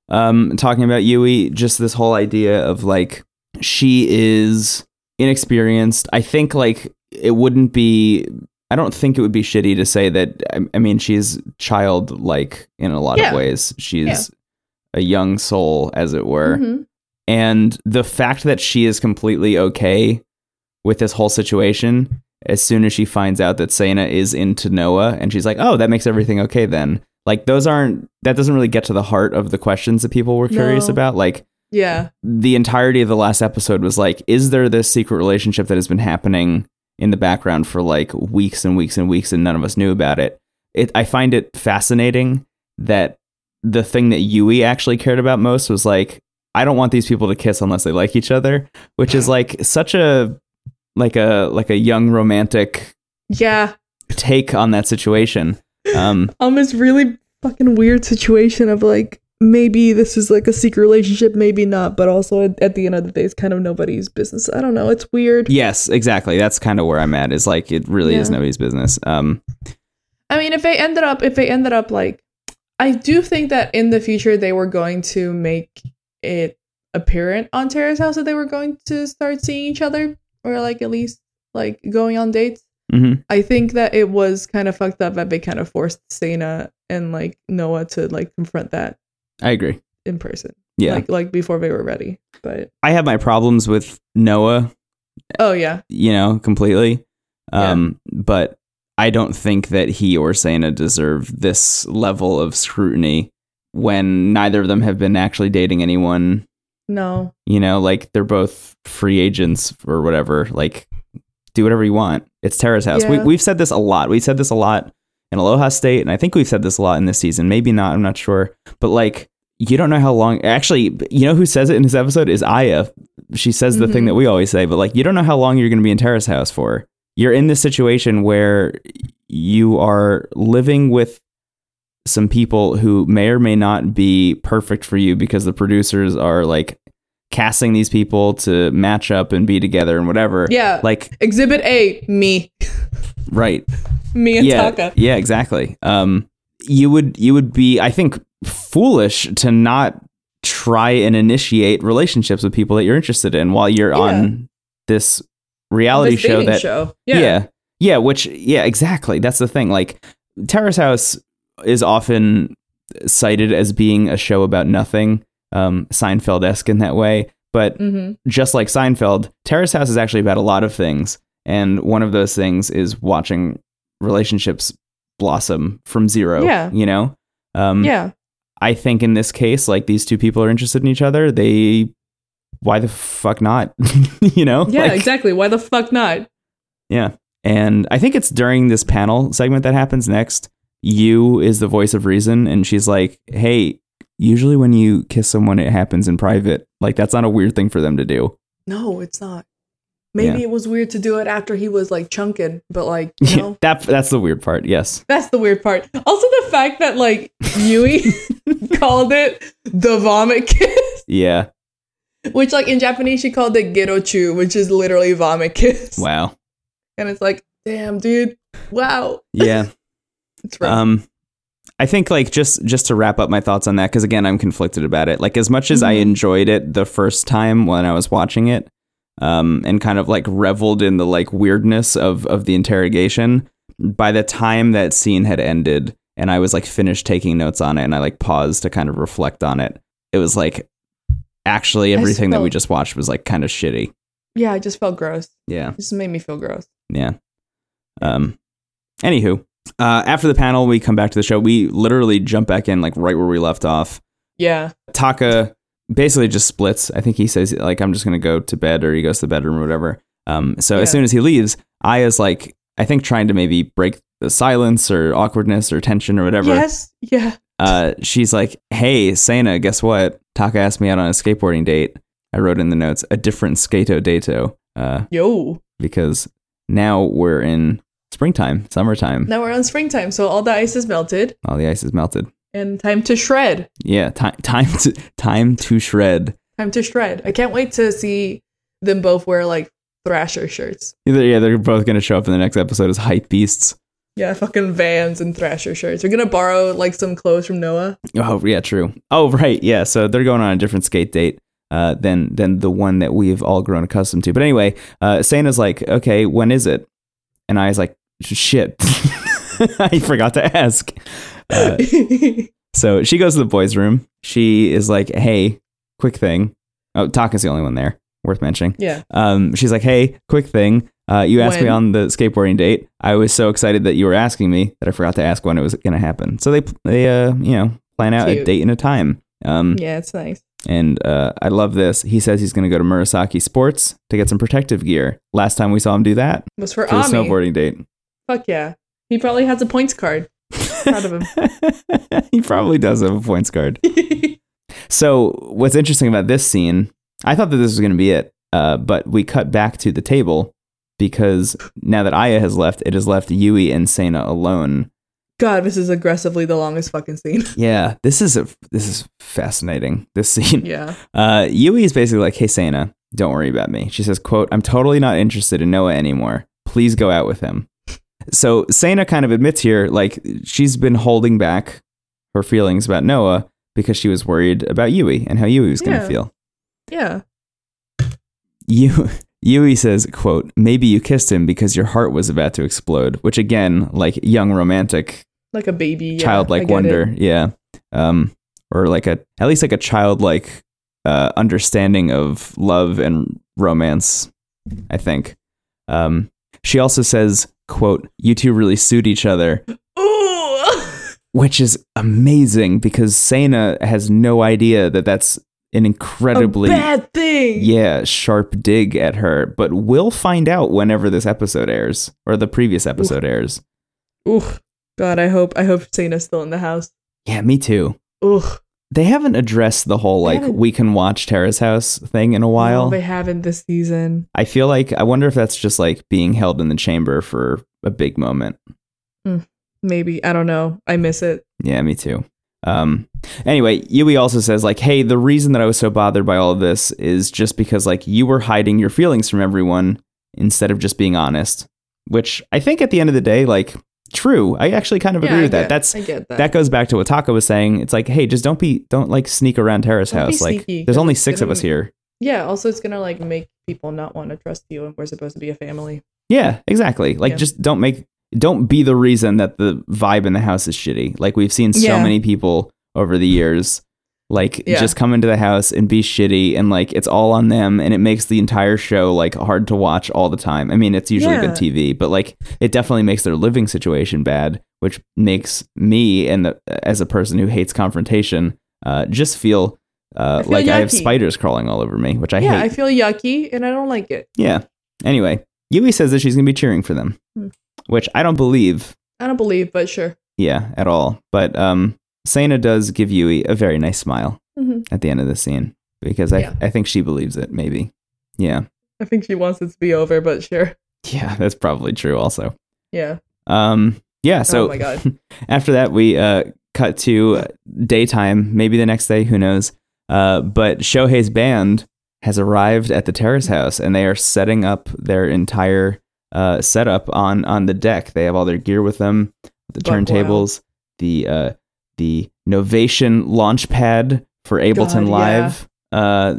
[SPEAKER 1] um, talking about Yui. Just this whole idea of like she is inexperienced. I think like it wouldn't be. I don't think it would be shitty to say that. I, I mean, she's childlike in a lot
[SPEAKER 2] Yeah.
[SPEAKER 1] of ways. She's a young soul, as it were
[SPEAKER 2] Mhm.
[SPEAKER 1] and the fact that she is completely okay with this whole situation as soon as she finds out that Sana is into Noah and she's like, "Oh, that makes everything okay then." Like those aren't that doesn't really get to the heart of the questions that people were curious
[SPEAKER 2] No.
[SPEAKER 1] about. Like
[SPEAKER 2] Yeah,
[SPEAKER 1] the entirety of the last episode was like, is there this secret relationship that has been happening in the background for like weeks and weeks and weeks and none of us knew about it? It I find it fascinating that the thing that Yui actually cared about most was like, I don't want these people to kiss unless they like each other, which is like such a like a like a young romantic
[SPEAKER 2] yeah.
[SPEAKER 1] take on that situation. Um
[SPEAKER 2] Um, it's really fucking weird situation of like maybe this is like a secret relationship, maybe not, but also at, at the end of the day, it's kind of nobody's business. I don't know. It's weird.
[SPEAKER 1] Yes, exactly. That's kind of where I'm at. Is like it really is
[SPEAKER 2] Yeah.
[SPEAKER 1] nobody's business. Um,
[SPEAKER 2] I mean, if they ended up, if they ended up like, I do think that in the future they were going to make it apparent on Tara's house that they were going to start seeing each other or like at least like going on dates.
[SPEAKER 1] mhm.
[SPEAKER 2] I think that it was kind of fucked up that they kind of forced Sana and like Noah to like confront that
[SPEAKER 1] I agree.
[SPEAKER 2] in person,
[SPEAKER 1] Yeah,
[SPEAKER 2] like like before they were ready. But
[SPEAKER 1] I have my problems with Noah.
[SPEAKER 2] oh yeah,
[SPEAKER 1] You know, completely. Um, but I don't think that he or Sana deserve this level of scrutiny when neither of them have been actually dating anyone
[SPEAKER 2] no,
[SPEAKER 1] you know like they're both free agents or whatever like do whatever you want it's tara's house we,
[SPEAKER 2] Yeah.
[SPEAKER 1] we've said this a lot we've said this a lot in aloha state and i think we've said this a lot in this season maybe not i'm not sure but like you don't know how long actually you know who says it in this episode is aya she says the thing
[SPEAKER 2] Mhm.
[SPEAKER 1] that we always say but like you don't know how long you're going to be in tara's house for you're in this situation where you are living with some people who may or may not be perfect for you because the producers are like casting these people to match up and be together and whatever.
[SPEAKER 2] yeah.
[SPEAKER 1] Like
[SPEAKER 2] Exhibit A, me,
[SPEAKER 1] right.
[SPEAKER 2] me and
[SPEAKER 1] yeah.
[SPEAKER 2] Taka.
[SPEAKER 1] Yeah, exactly. Um you would you would be I think foolish to not try and initiate relationships with people that you're interested in while you're
[SPEAKER 2] Yeah.
[SPEAKER 1] on this reality
[SPEAKER 2] This
[SPEAKER 1] show
[SPEAKER 2] dating
[SPEAKER 1] that
[SPEAKER 2] show.
[SPEAKER 1] Yeah.
[SPEAKER 2] Yeah.
[SPEAKER 1] yeah. which yeah, exactly. That's the thing. Like Terrace House is often cited as being a show about nothing, um Seinfeld-esque in that way, but
[SPEAKER 2] Mm-hmm.
[SPEAKER 1] just like Seinfeld, Terrace House is actually about a lot of things, and one of those things is watching relationships blossom from zero.
[SPEAKER 2] Yeah.
[SPEAKER 1] You know? Um
[SPEAKER 2] Yeah.
[SPEAKER 1] I think in this case, like these two people are interested in each other, they why the fuck not? you know?
[SPEAKER 2] Yeah,
[SPEAKER 1] Like-
[SPEAKER 2] exactly. Why the fuck not?
[SPEAKER 1] yeah. And I think it's during this panel segment that happens next. You is the voice of reason, and she's like, hey, usually when you kiss someone, it happens in private. Like, that's not a weird thing for them to do.
[SPEAKER 2] No, it's not.
[SPEAKER 1] Maybe
[SPEAKER 2] it was weird to do it after he was like chunking, but like,
[SPEAKER 1] that, that's the weird part. Yes.
[SPEAKER 2] That's the weird part. Also, the fact that like Yui called it the vomit kiss,
[SPEAKER 1] Yeah.
[SPEAKER 2] which like in Japanese she called it gerochu, which is literally vomit kiss.
[SPEAKER 1] Wow.
[SPEAKER 2] And it's like, damn, dude, wow,
[SPEAKER 1] Yeah.
[SPEAKER 2] it's rough.
[SPEAKER 1] um I think like just just to wrap up my thoughts on that cuz again I'm conflicted about it. Like as much as I
[SPEAKER 2] Mhm.
[SPEAKER 1] enjoyed it the first time when I was watching it um and kind of like reveled in the like weirdness of of the interrogation by the time that scene had ended and I was like finished taking notes on it and I like paused to kind of reflect on it. It was like actually
[SPEAKER 2] I
[SPEAKER 1] everything that we
[SPEAKER 2] felt-
[SPEAKER 1] just watched was like kind of shitty.
[SPEAKER 2] yeah, I just felt gross.
[SPEAKER 1] Yeah.
[SPEAKER 2] It just made me feel gross.
[SPEAKER 1] Yeah. Um. Anywho, uh, after the panel, we come back to the show. We literally jump back in like right where we left off.
[SPEAKER 2] Yeah,
[SPEAKER 1] Taka basically just splits. I think he says like I'm just gonna go to bed, or he goes to the bedroom or whatever. Um. So
[SPEAKER 2] Yeah.
[SPEAKER 1] as soon as he leaves, Aya's like I think trying to maybe break the silence or awkwardness or tension or whatever.
[SPEAKER 2] yes, yeah,
[SPEAKER 1] Uh. She's like, Hey, Sana, guess what? Taka asked me out on a skateboarding date. I wrote in the notes a different skato dato. Uh
[SPEAKER 2] yo.
[SPEAKER 1] because now we're in springtime, summertime.
[SPEAKER 2] Now we're on springtime, so all the ice is melted
[SPEAKER 1] All the ice is melted.
[SPEAKER 2] and time to shred.
[SPEAKER 1] Yeah, time time to time to shred.
[SPEAKER 2] Time to shred. I can't wait to see them both wear like Thrasher shirts.
[SPEAKER 1] Either yeah, they're both gonna show up in the next episode as hype beasts.
[SPEAKER 2] Yeah, fucking Vans and Thrasher shirts. We're gonna borrow like some clothes from Noah.
[SPEAKER 1] Oh yeah, true. Oh right, yeah. So they're going on a different skate date. Uh, than than the one that we've all grown accustomed to. But anyway, uh, Sana's like, okay, when is it? And I was like, shit, I forgot to ask. Uh, So she goes to the boys' room. She is like, "Hey, quick thing." Oh, Taka's the only one there worth mentioning.
[SPEAKER 2] yeah.
[SPEAKER 1] Um, she's like, "Hey, quick thing. Uh, you asked me
[SPEAKER 2] When?
[SPEAKER 1] on the skateboarding date. I was so excited that you were asking me that I forgot to ask when it was going to happen." So they they uh, you know plan out a
[SPEAKER 2] Cute.
[SPEAKER 1] date and a time. Um,
[SPEAKER 2] Yeah, it's nice.
[SPEAKER 1] and uh, I love this. He says he's going to go to Murasaki Sports to get some protective gear. Last time we saw him do that
[SPEAKER 2] It was for
[SPEAKER 1] for the
[SPEAKER 2] Ami.
[SPEAKER 1] snowboarding date.
[SPEAKER 2] Fuck yeah. He probably has a points card. Proud of him.
[SPEAKER 1] he probably does have a points card. So what's interesting about this scene, I thought that this was going to be it, uh, but we cut back to the table because now that Aya has left, it has left Yui and Sana alone.
[SPEAKER 2] God, this is aggressively the longest fucking scene.
[SPEAKER 1] Yeah, this is a this is fascinating. This scene.
[SPEAKER 2] yeah.
[SPEAKER 1] Uh, Yui is basically like, "Hey, Sana, don't worry about me." She says, "quote I'm totally not interested in Noah anymore. Please go out with him." So Sana kind of admits here, like she's been holding back her feelings about Noah because she was worried about Yui and how Yui was going to
[SPEAKER 2] Yeah.
[SPEAKER 1] feel.
[SPEAKER 2] Yeah.
[SPEAKER 1] You Yui says, "quote Maybe you kissed him because your heart was about to explode," which again, like young romantic
[SPEAKER 2] Like a baby. yeah, I
[SPEAKER 1] childlike
[SPEAKER 2] get it.
[SPEAKER 1] wonder yeah um or like a at least like a childlike uh understanding of love and romance i think um she also says quote you two really suit each other
[SPEAKER 2] Ooh.
[SPEAKER 1] which is amazing because sana has no idea that that's an incredibly
[SPEAKER 2] a bad thing.
[SPEAKER 1] yeah sharp dig at her but we'll find out whenever this episode airs or the previous episode airs
[SPEAKER 2] Ooh. God, I hope I hope Sana's still in the house.
[SPEAKER 1] yeah me too
[SPEAKER 2] Ooh.
[SPEAKER 1] They haven't addressed the whole
[SPEAKER 2] They
[SPEAKER 1] like
[SPEAKER 2] haven't-
[SPEAKER 1] we can watch Tara's house thing in a while.
[SPEAKER 2] No, they haven't this season.
[SPEAKER 1] I feel like I wonder if that's just like being held in the chamber for a big moment.
[SPEAKER 2] Maybe. I don't know. I miss it.
[SPEAKER 1] Yeah, me too. Um anyway, Yui also says like, "Hey, the reason that I was so bothered by all of this is just because like you were hiding your feelings from everyone instead of just being honest." Which I think at the end of the day like true. I actually kind of
[SPEAKER 2] Yeah,
[SPEAKER 1] agree
[SPEAKER 2] I
[SPEAKER 1] with
[SPEAKER 2] get-
[SPEAKER 1] that. That's
[SPEAKER 2] I get that.
[SPEAKER 1] that goes back to what Taka was saying. It's like, "Hey, just don't be don't like sneak around Tara's
[SPEAKER 2] Don't be
[SPEAKER 1] house. Like
[SPEAKER 2] sneaky,
[SPEAKER 1] there's
[SPEAKER 2] 'cause
[SPEAKER 1] only
[SPEAKER 2] it's
[SPEAKER 1] 6 of
[SPEAKER 2] gonna-
[SPEAKER 1] us here."
[SPEAKER 2] yeah, also it's gonna like make people not want to trust you and we're supposed to be a family.
[SPEAKER 1] Yeah, exactly. Like
[SPEAKER 2] Yeah.
[SPEAKER 1] just don't make don't be the reason that the vibe in the house is shitty. Like we've seen so
[SPEAKER 2] Yeah.
[SPEAKER 1] many people over the years like
[SPEAKER 2] Yeah.
[SPEAKER 1] just come into the house and be shitty and like it's all on them and it makes the entire show like hard to watch all the time. I mean, it's usually good TV, but like it definitely makes their living situation bad, which makes me and the, as a person who hates confrontation, uh just feel uh,
[SPEAKER 2] I feel
[SPEAKER 1] like I have
[SPEAKER 2] yucky.
[SPEAKER 1] spiders crawling all over me, which I
[SPEAKER 2] yeah,
[SPEAKER 1] hate.
[SPEAKER 2] I feel yucky and I don't like it.
[SPEAKER 1] Yeah. Anyway, Yui says that she's going to be cheering for them,
[SPEAKER 2] Hmm.
[SPEAKER 1] which I don't believe,
[SPEAKER 2] I don't believe, but sure.
[SPEAKER 1] yeah, at all. But um, Sana does give Yui a very nice smile
[SPEAKER 2] hmm
[SPEAKER 1] at the end of the scene because I,
[SPEAKER 2] Yeah.
[SPEAKER 1] I think she believes it, maybe. Yeah.
[SPEAKER 2] I think she wants it to be over, but sure.
[SPEAKER 1] Yeah, that's probably true also.
[SPEAKER 2] Yeah.
[SPEAKER 1] Um, yeah, so
[SPEAKER 2] oh my god.
[SPEAKER 1] after that, we uh, cut to uh, daytime, maybe the next day, who knows. Uh, but Shohei's band has arrived at the terrace house, and they are setting up their entire uh, setup on on the deck. They have all their gear with them, the
[SPEAKER 2] Buck wild.
[SPEAKER 1] turntables, the uh, the Novation launch pad for Ableton
[SPEAKER 2] God,
[SPEAKER 1] Live. Uh,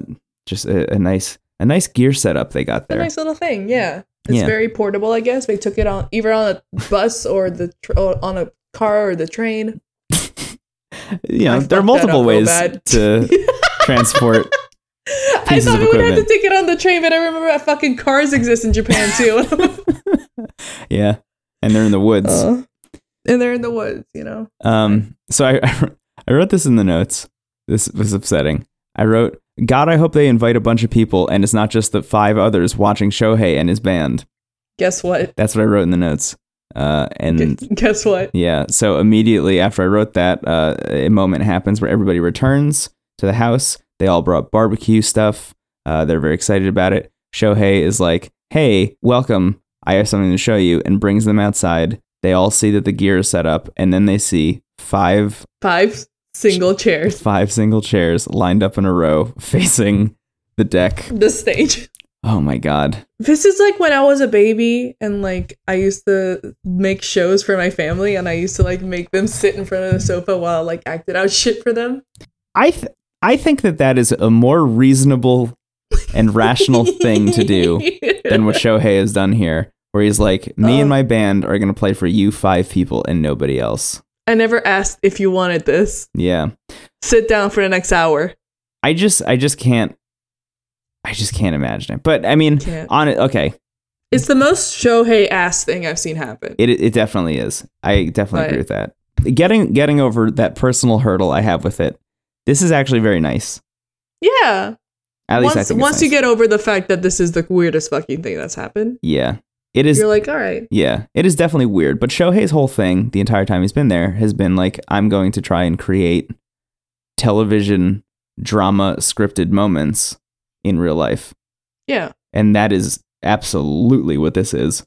[SPEAKER 1] just a, a nice a nice gear setup they got
[SPEAKER 2] It's a
[SPEAKER 1] there.
[SPEAKER 2] nice little thing. Yeah. It's
[SPEAKER 1] Yeah.
[SPEAKER 2] very portable, I guess. They took it on either on a bus or the tr- or on a car or the train.
[SPEAKER 1] you know, there are
[SPEAKER 2] I fucked that up
[SPEAKER 1] multiple
[SPEAKER 2] real
[SPEAKER 1] ways
[SPEAKER 2] bad.
[SPEAKER 1] to transport
[SPEAKER 2] I
[SPEAKER 1] Pieces
[SPEAKER 2] thought
[SPEAKER 1] of
[SPEAKER 2] we would have to
[SPEAKER 1] equipment.
[SPEAKER 2] take it on the train, but I remember that fucking cars exist in Japan too.
[SPEAKER 1] Yeah, and they're in the woods.
[SPEAKER 2] Uh, and they're in the woods, you know.
[SPEAKER 1] um, so I, I wrote this in the notes. This was upsetting. I wrote, "God, I hope they invite a bunch of people, and it's not just the five others watching Shohei and his band."
[SPEAKER 2] Guess what?
[SPEAKER 1] That's what I wrote in the notes. Uh, and
[SPEAKER 2] Guess what?
[SPEAKER 1] yeah, so immediately after I wrote that, uh, a moment happens where everybody returns to the house. They all brought barbecue stuff. Uh, they're very excited about it. Shohei is like, "Hey, welcome! I have something to show you," and brings them outside. They all see that the gear is set up, and then they see five
[SPEAKER 2] Five single chairs.
[SPEAKER 1] five single chairs lined up in a row facing the deck.
[SPEAKER 2] The stage.
[SPEAKER 1] Oh my god!
[SPEAKER 2] This is like when I was a baby and like I used to make shows for my family and I used to like make them sit in front of the sofa while I like acted out shit for them.
[SPEAKER 1] I th- I think that that is a more reasonable and rational thing to do. than what Shohei has done here, where he's like, me and
[SPEAKER 2] Oh.
[SPEAKER 1] my band are going to play for you five people and nobody else.
[SPEAKER 2] I never asked if you wanted this.
[SPEAKER 1] Yeah.
[SPEAKER 2] Sit down for the next hour.
[SPEAKER 1] I just, I just can't, I just can't imagine it. But I mean,
[SPEAKER 2] Can't.
[SPEAKER 1] on it, okay,
[SPEAKER 2] It's the most Shohei ass thing I've seen happen.
[SPEAKER 1] it, it definitely is. I definitely
[SPEAKER 2] But-
[SPEAKER 1] agree with that. Getting, getting over that personal hurdle I have with it. This is actually very nice.
[SPEAKER 2] yeah.
[SPEAKER 1] At least
[SPEAKER 2] once
[SPEAKER 1] I think. it's
[SPEAKER 2] once you
[SPEAKER 1] nice.
[SPEAKER 2] get over the fact that this is the weirdest fucking thing that's happened,
[SPEAKER 1] yeah, it is.
[SPEAKER 2] you're like, all right.
[SPEAKER 1] Yeah, it is definitely weird. But Shohei's whole thing, the entire time he's been there, has been like, I'm going to try and create television drama scripted moments in real life.
[SPEAKER 2] Yeah.
[SPEAKER 1] And that is absolutely what this is.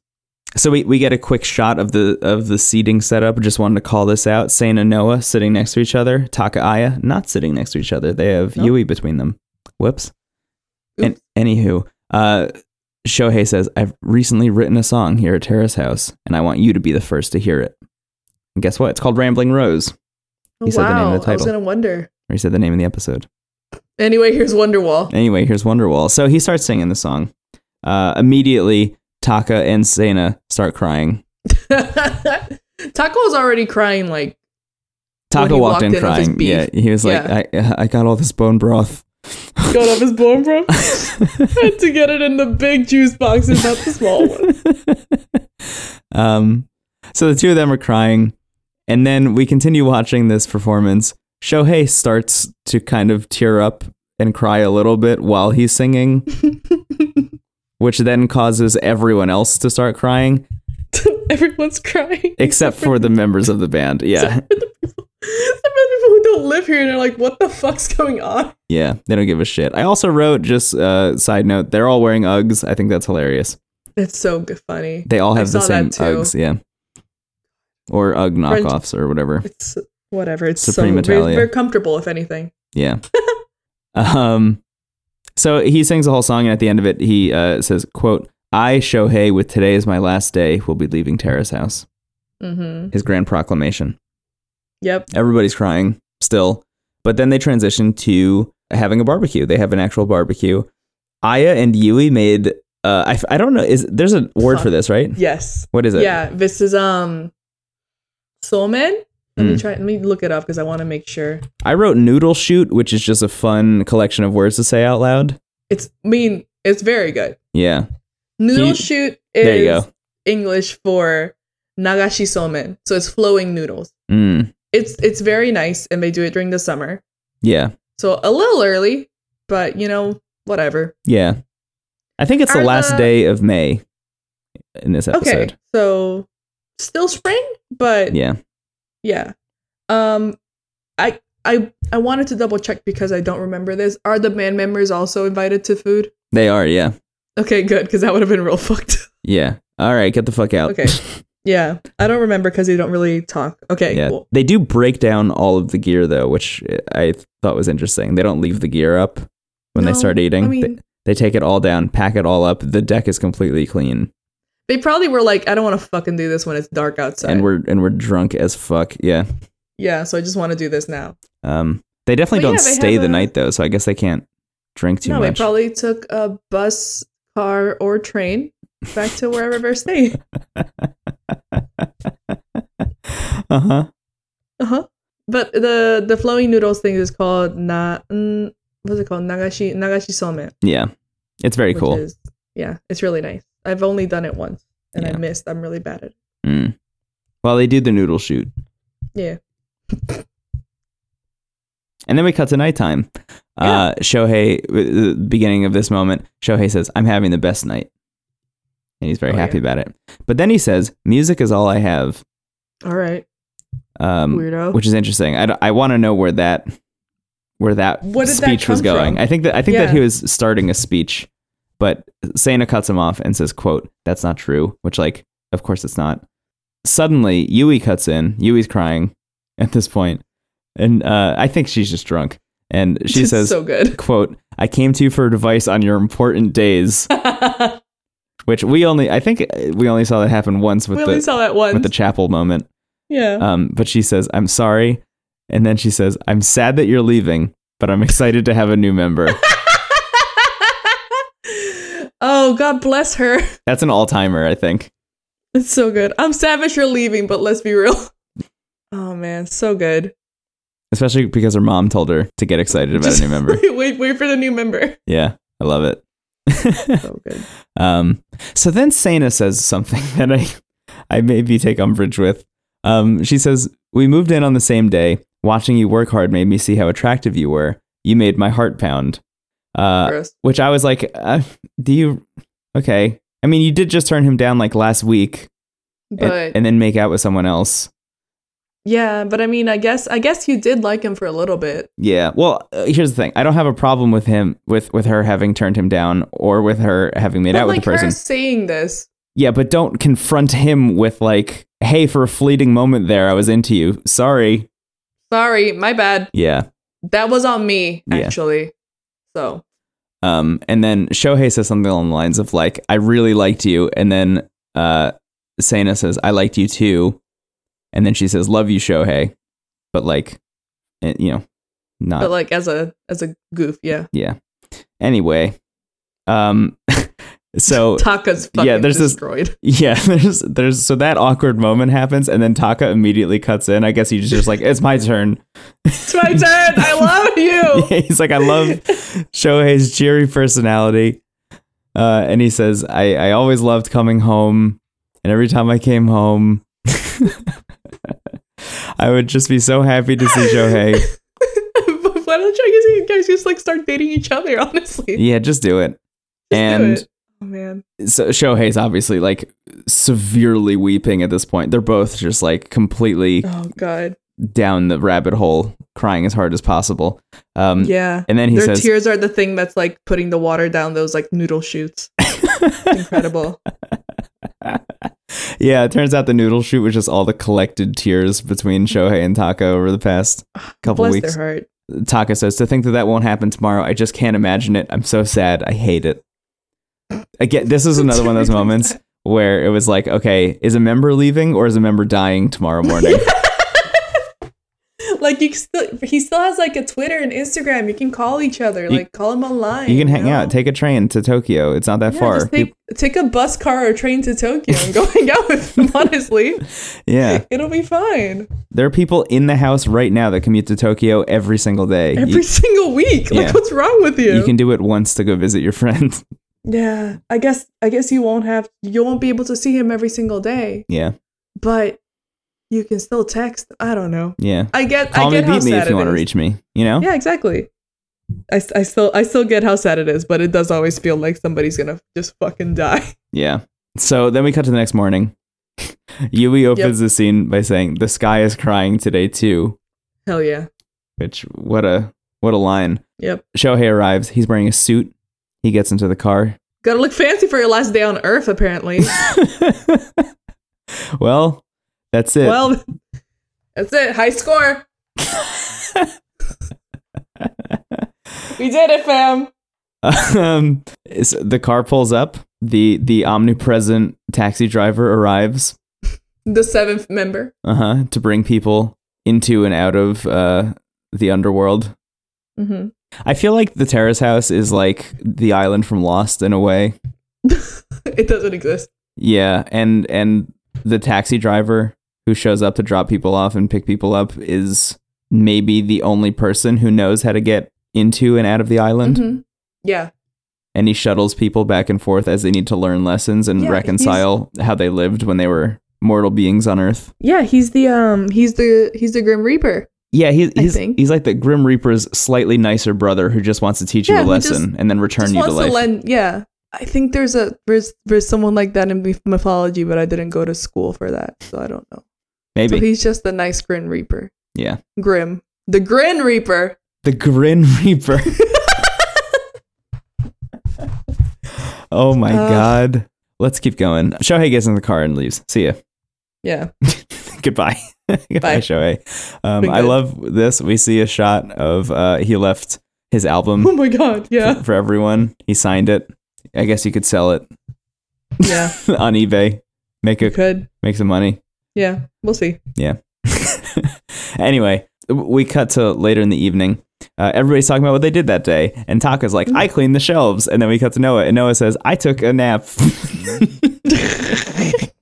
[SPEAKER 1] So we, we get a quick shot of the of the seating setup. Just wanted to call this out. Sane and Noah sitting next to each other. Taka Aya not sitting next to each other. They have
[SPEAKER 2] Nope.
[SPEAKER 1] Yui between them. Whoops. And anywho, uh, Shohei says, "I've recently written a song here at Terrace House, and I want you to be the first to hear it." And guess what? It's called Rambling Rose. He said the name of the
[SPEAKER 2] I was
[SPEAKER 1] title.
[SPEAKER 2] gonna wonder.
[SPEAKER 1] Or he said the name of the episode.
[SPEAKER 2] Anyway, here's Wonderwall.
[SPEAKER 1] Anyway, here's Wonderwall. So he starts singing the song. Uh, immediately, Taka and Sena start crying.
[SPEAKER 2] Taco was already crying like
[SPEAKER 1] Taka
[SPEAKER 2] When he
[SPEAKER 1] walked,
[SPEAKER 2] walked
[SPEAKER 1] in,
[SPEAKER 2] in with his
[SPEAKER 1] crying.
[SPEAKER 2] beef.
[SPEAKER 1] Yeah, he was like, I, I got all this bone broth.
[SPEAKER 2] got off his bone bro. Had to get it in the big juice box and not the small one.
[SPEAKER 1] um, so the two of them are crying, and then we continue watching this performance. Shohei starts to kind of tear up and cry a little bit while he's singing, which then causes everyone else to start crying,
[SPEAKER 2] Everyone's crying.
[SPEAKER 1] except for the members of the band. Yeah,
[SPEAKER 2] Some of the people who don't live here and they're like, what the fuck's going on?
[SPEAKER 1] yeah, they don't give a shit. I also wrote just uh, side note: they're all wearing Uggs. I think that's hilarious.
[SPEAKER 2] It's so good, funny.
[SPEAKER 1] They all
[SPEAKER 2] I
[SPEAKER 1] have the
[SPEAKER 2] saw
[SPEAKER 1] same
[SPEAKER 2] that too.
[SPEAKER 1] Uggs, yeah, or Ugg
[SPEAKER 2] French-
[SPEAKER 1] knockoffs or whatever.
[SPEAKER 2] It's whatever. It's
[SPEAKER 1] Supreme
[SPEAKER 2] so very,
[SPEAKER 1] Italia.
[SPEAKER 2] very comfortable, if anything.
[SPEAKER 1] Yeah. um, so he sings the whole song, and at the end of it, he uh, says, "quote I Shohei, with today is my last day. Will be leaving Tara's house."
[SPEAKER 2] Mm-hmm.
[SPEAKER 1] His grand proclamation.
[SPEAKER 2] Yep.
[SPEAKER 1] Everybody's crying still, but then they transition to having a barbecue. They have an actual barbecue. Aya and Yui made. Uh, I, f- I don't know. Is there's a word for this, right?
[SPEAKER 2] Yes.
[SPEAKER 1] What is it?
[SPEAKER 2] Yeah. This is um, soulman. Let me
[SPEAKER 1] Mm.
[SPEAKER 2] try. Let me look it up because I want to make sure.
[SPEAKER 1] I wrote noodle shoot, which is just a fun collection of words to say out loud.
[SPEAKER 2] It's I mean it's very good.
[SPEAKER 1] Yeah.
[SPEAKER 2] Noodle
[SPEAKER 1] you-
[SPEAKER 2] shoot is
[SPEAKER 1] there you go.
[SPEAKER 2] English for nagashi somen. So it's flowing noodles.
[SPEAKER 1] Mm.
[SPEAKER 2] It's it's very nice, and they do it during the summer.
[SPEAKER 1] Yeah.
[SPEAKER 2] So a little early, but you know whatever.
[SPEAKER 1] Yeah. I think it's the
[SPEAKER 2] Are
[SPEAKER 1] last
[SPEAKER 2] the-
[SPEAKER 1] day of May in this
[SPEAKER 2] Okay.
[SPEAKER 1] episode.
[SPEAKER 2] So still spring, but
[SPEAKER 1] Yeah.
[SPEAKER 2] Yeah. Um I I I wanted to double check because I don't remember this. Are the band members also invited to food?
[SPEAKER 1] They are, yeah.
[SPEAKER 2] Okay, good, because that would have been real fucked.
[SPEAKER 1] Yeah. All right, get the fuck out.
[SPEAKER 2] Okay. yeah. I don't remember because they don't really talk. Okay,
[SPEAKER 1] yeah.
[SPEAKER 2] cool.
[SPEAKER 1] They do break down all of the gear though, which I thought was interesting. They don't leave the gear up when they
[SPEAKER 2] No,
[SPEAKER 1] start eating.
[SPEAKER 2] I
[SPEAKER 1] they,
[SPEAKER 2] mean
[SPEAKER 1] they take it all down, pack it all up. The deck is completely clean.
[SPEAKER 2] they probably were like, I don't want to fucking do this when it's dark outside.
[SPEAKER 1] And we're and we're drunk as fuck. Yeah.
[SPEAKER 2] yeah, so I just want to do this now.
[SPEAKER 1] Um they definitely
[SPEAKER 2] But
[SPEAKER 1] don't
[SPEAKER 2] yeah, they
[SPEAKER 1] stay
[SPEAKER 2] have
[SPEAKER 1] the
[SPEAKER 2] a-
[SPEAKER 1] night though, so I guess they can't drink too
[SPEAKER 2] no,
[SPEAKER 1] much.
[SPEAKER 2] they probably took a bus, car, or train back to wherever they're staying.
[SPEAKER 1] uh-huh.
[SPEAKER 2] Uh-huh. But the the flowing noodles thing is called na mm, what's it called? Nagashi nagashi somen.
[SPEAKER 1] Yeah. It's very
[SPEAKER 2] which
[SPEAKER 1] cool.
[SPEAKER 2] is- yeah, it's really nice. I've only done it once and
[SPEAKER 1] Yeah.
[SPEAKER 2] I missed. I'm really bad at it.
[SPEAKER 1] Mm. Well, they do the noodle shoot.
[SPEAKER 2] Yeah.
[SPEAKER 1] And then we cut to nighttime. Uh, Shohei, uh, the beginning of this moment, Shohei says, I'm having the best night. And he's very
[SPEAKER 2] Oh,
[SPEAKER 1] happy
[SPEAKER 2] yeah.
[SPEAKER 1] about it. But then he says, Music is all I have.
[SPEAKER 2] All right.
[SPEAKER 1] Um,
[SPEAKER 2] Weirdo.
[SPEAKER 1] Which is interesting. I, d- I want to know where that where that
[SPEAKER 2] What did that
[SPEAKER 1] speech was
[SPEAKER 2] come
[SPEAKER 1] going.
[SPEAKER 2] from?
[SPEAKER 1] I think that I think that
[SPEAKER 2] Yeah.
[SPEAKER 1] he was starting a speech, but Sana cuts him off and says, "quote That's not true." Which, like, of course, it's not. Suddenly, Yui cuts in. Yui's crying at this point, and uh, I think she's just drunk. And she
[SPEAKER 2] It's
[SPEAKER 1] says,
[SPEAKER 2] so good.
[SPEAKER 1] "quote I came to you for advice on your important days," which we only I think uh, we only saw that happen once with
[SPEAKER 2] we only
[SPEAKER 1] the
[SPEAKER 2] saw that once.
[SPEAKER 1] with the chapel moment.
[SPEAKER 2] yeah.
[SPEAKER 1] Um, but she says, I'm sorry. And then she says, I'm sad that you're leaving, but I'm excited to have a new member.
[SPEAKER 2] oh, God bless her.
[SPEAKER 1] That's an all timer, I think.
[SPEAKER 2] It's so good. I'm savage you're leaving, but let's be real. Oh man, so good.
[SPEAKER 1] Especially because her mom told her to get excited about a new member.
[SPEAKER 2] wait, wait, wait for the new member.
[SPEAKER 1] Yeah, I love it.
[SPEAKER 2] So good.
[SPEAKER 1] um, so then Sana says something that I, I maybe take umbrage with. Um, she says, We moved in on the same day. Watching you work hard made me see how attractive you were. You made my heart pound. Uh,
[SPEAKER 2] Gross.
[SPEAKER 1] which I was like, uh, do you? Okay. I mean, you did just turn him down like last week and,
[SPEAKER 2] But
[SPEAKER 1] and then make out with someone else.
[SPEAKER 2] yeah, but I mean, I guess I guess you did like him for a little bit.
[SPEAKER 1] Yeah. Well, uh, here's the thing. I don't have a problem with him, with, with her having turned him down or with her having made
[SPEAKER 2] But
[SPEAKER 1] out with
[SPEAKER 2] like
[SPEAKER 1] the person.
[SPEAKER 2] her saying this
[SPEAKER 1] Yeah, but don't confront him with like, "Hey, for a fleeting moment there, I was into you. Sorry."
[SPEAKER 2] Sorry, my bad.
[SPEAKER 1] Yeah.
[SPEAKER 2] That was on me,
[SPEAKER 1] Yeah.
[SPEAKER 2] actually. So
[SPEAKER 1] Um, and then Shohei says something along the lines of like, "I really liked you," and then uh, Sana says, "I liked you too," and then she says, "Love you, Shohei," but like, eh, you know, not
[SPEAKER 2] but like as a as a goof, yeah.
[SPEAKER 1] yeah. Anyway, um, so
[SPEAKER 2] Taka's fucking
[SPEAKER 1] Yeah, there's this-
[SPEAKER 2] destroyed.
[SPEAKER 1] yeah, there's there's so that awkward moment happens, and then Taka immediately cuts in. I guess he's just like, "It's my turn."
[SPEAKER 2] It's my turn. I love you.
[SPEAKER 1] he's like, I love Shohei's cheery personality. Uh, and he says, I, I always loved coming home. And every time I came home, I would just be so happy to see Shohei.
[SPEAKER 2] But Why don't you guys, you guys just like start dating each other? Honestly,
[SPEAKER 1] Yeah, just do it.
[SPEAKER 2] Just do
[SPEAKER 1] and
[SPEAKER 2] it. oh man,
[SPEAKER 1] so Shohei's obviously like severely weeping at this point. They're both just like completely
[SPEAKER 2] oh god,
[SPEAKER 1] down the rabbit hole, crying as hard as possible. Um,
[SPEAKER 2] yeah.
[SPEAKER 1] And then he
[SPEAKER 2] Their
[SPEAKER 1] says,
[SPEAKER 2] tears are the thing that's like putting the water down those like noodle shoots. Incredible.
[SPEAKER 1] Yeah, it turns out the noodle shoot was just all the collected tears between Shohei and Taka over the past couple
[SPEAKER 2] Bless
[SPEAKER 1] weeks.
[SPEAKER 2] their heart.
[SPEAKER 1] Taka says, "To think that that won't happen tomorrow, I just can't imagine it. I'm so sad. I hate it." Again, this is another one of those moments where it was like, okay, is a member leaving or is a member dying tomorrow morning?
[SPEAKER 2] Like you still, he still has like a Twitter and Instagram. You can call each other. like call him online.
[SPEAKER 1] You can hang
[SPEAKER 2] know?
[SPEAKER 1] out, take a train to Tokyo. It's not that
[SPEAKER 2] Yeah,
[SPEAKER 1] far.
[SPEAKER 2] just take, take a bus, car, or train to Tokyo and go hang out with them. Honestly,
[SPEAKER 1] yeah,
[SPEAKER 2] it'll be fine.
[SPEAKER 1] there are people in the house right now that commute to Tokyo every single day.
[SPEAKER 2] Every
[SPEAKER 1] you,
[SPEAKER 2] single week.
[SPEAKER 1] Yeah.
[SPEAKER 2] Like, what's wrong with you?
[SPEAKER 1] you can do it once to go visit your friend.
[SPEAKER 2] Yeah, I guess I guess you won't have you won't be able to see him every single day,
[SPEAKER 1] yeah,
[SPEAKER 2] but you can still text. I don't know.
[SPEAKER 1] yeah.
[SPEAKER 2] I get
[SPEAKER 1] Call
[SPEAKER 2] I
[SPEAKER 1] me,
[SPEAKER 2] get how
[SPEAKER 1] beat me
[SPEAKER 2] sad
[SPEAKER 1] if you
[SPEAKER 2] it
[SPEAKER 1] want to
[SPEAKER 2] is.
[SPEAKER 1] reach me. You know.
[SPEAKER 2] Yeah, exactly. I, s- I still I still get how sad it is, but it does always feel like somebody's gonna just fucking die.
[SPEAKER 1] Yeah. So then we cut to the next morning. Yui opens the scene by saying, "The sky is crying today too,"
[SPEAKER 2] Hell yeah.
[SPEAKER 1] which what a what a line.
[SPEAKER 2] Yep.
[SPEAKER 1] Shohei arrives. He's wearing a suit. He gets into the car.
[SPEAKER 2] Gotta look fancy for your last day on Earth, apparently.
[SPEAKER 1] well, that's it.
[SPEAKER 2] well, that's it. High score. we did it, fam.
[SPEAKER 1] um, is- the car pulls up. the The omnipresent taxi driver arrives.
[SPEAKER 2] The seventh member.
[SPEAKER 1] Uh huh. To bring people into and out of uh the underworld.
[SPEAKER 2] Mm-hmm.
[SPEAKER 1] I feel like the terrace house is like the island from Lost in a way.
[SPEAKER 2] It doesn't exist.
[SPEAKER 1] Yeah, and and the taxi driver who shows up to drop people off and pick people up is maybe the only person who knows how to get into and out of the island
[SPEAKER 2] Mhm. Yeah.
[SPEAKER 1] and he shuttles people back and forth as they need to learn lessons and
[SPEAKER 2] Yeah, he's-
[SPEAKER 1] reconcile how they lived when they were mortal beings on earth.
[SPEAKER 2] Yeah, he's the um he's the he's the Grim Reaper.
[SPEAKER 1] Yeah, he,
[SPEAKER 2] I
[SPEAKER 1] he's
[SPEAKER 2] think.
[SPEAKER 1] he's like the Grim Reaper's slightly nicer brother who just wants to teach you
[SPEAKER 2] Yeah,
[SPEAKER 1] a
[SPEAKER 2] who just-
[SPEAKER 1] lesson and then return
[SPEAKER 2] Just
[SPEAKER 1] you to
[SPEAKER 2] wants to
[SPEAKER 1] life.
[SPEAKER 2] lend yeah. I think there's a there's there's someone like that in myth- mythology, but I didn't go to school for that, so I don't know.
[SPEAKER 1] Maybe.
[SPEAKER 2] So he's just the nice Grim Reaper.
[SPEAKER 1] yeah.
[SPEAKER 2] Grim. The Grim Reaper.
[SPEAKER 1] The Grin Reaper. oh my
[SPEAKER 2] Ugh.
[SPEAKER 1] god. Let's keep going. Shohei gets in the car and leaves. See ya.
[SPEAKER 2] Yeah.
[SPEAKER 1] Goodbye. Goodbye,
[SPEAKER 2] Bye.
[SPEAKER 1] Shohei. Um,
[SPEAKER 2] Been
[SPEAKER 1] I
[SPEAKER 2] good.
[SPEAKER 1] love this. We see a shot of uh, he left his
[SPEAKER 2] Oh
[SPEAKER 1] album
[SPEAKER 2] my god. Yeah.
[SPEAKER 1] for everyone. He signed it. I guess you could sell it
[SPEAKER 2] Yeah.
[SPEAKER 1] on eBay. Make
[SPEAKER 2] You
[SPEAKER 1] a,
[SPEAKER 2] could.
[SPEAKER 1] make some money.
[SPEAKER 2] Yeah. We'll see.
[SPEAKER 1] anyway, we cut to later in the evening. Uh, everybody's talking about what they did that day, and Taka's
[SPEAKER 2] Mm.
[SPEAKER 1] like, "I cleaned the shelves," and then we cut to Noah, and Noah says, "I took a nap."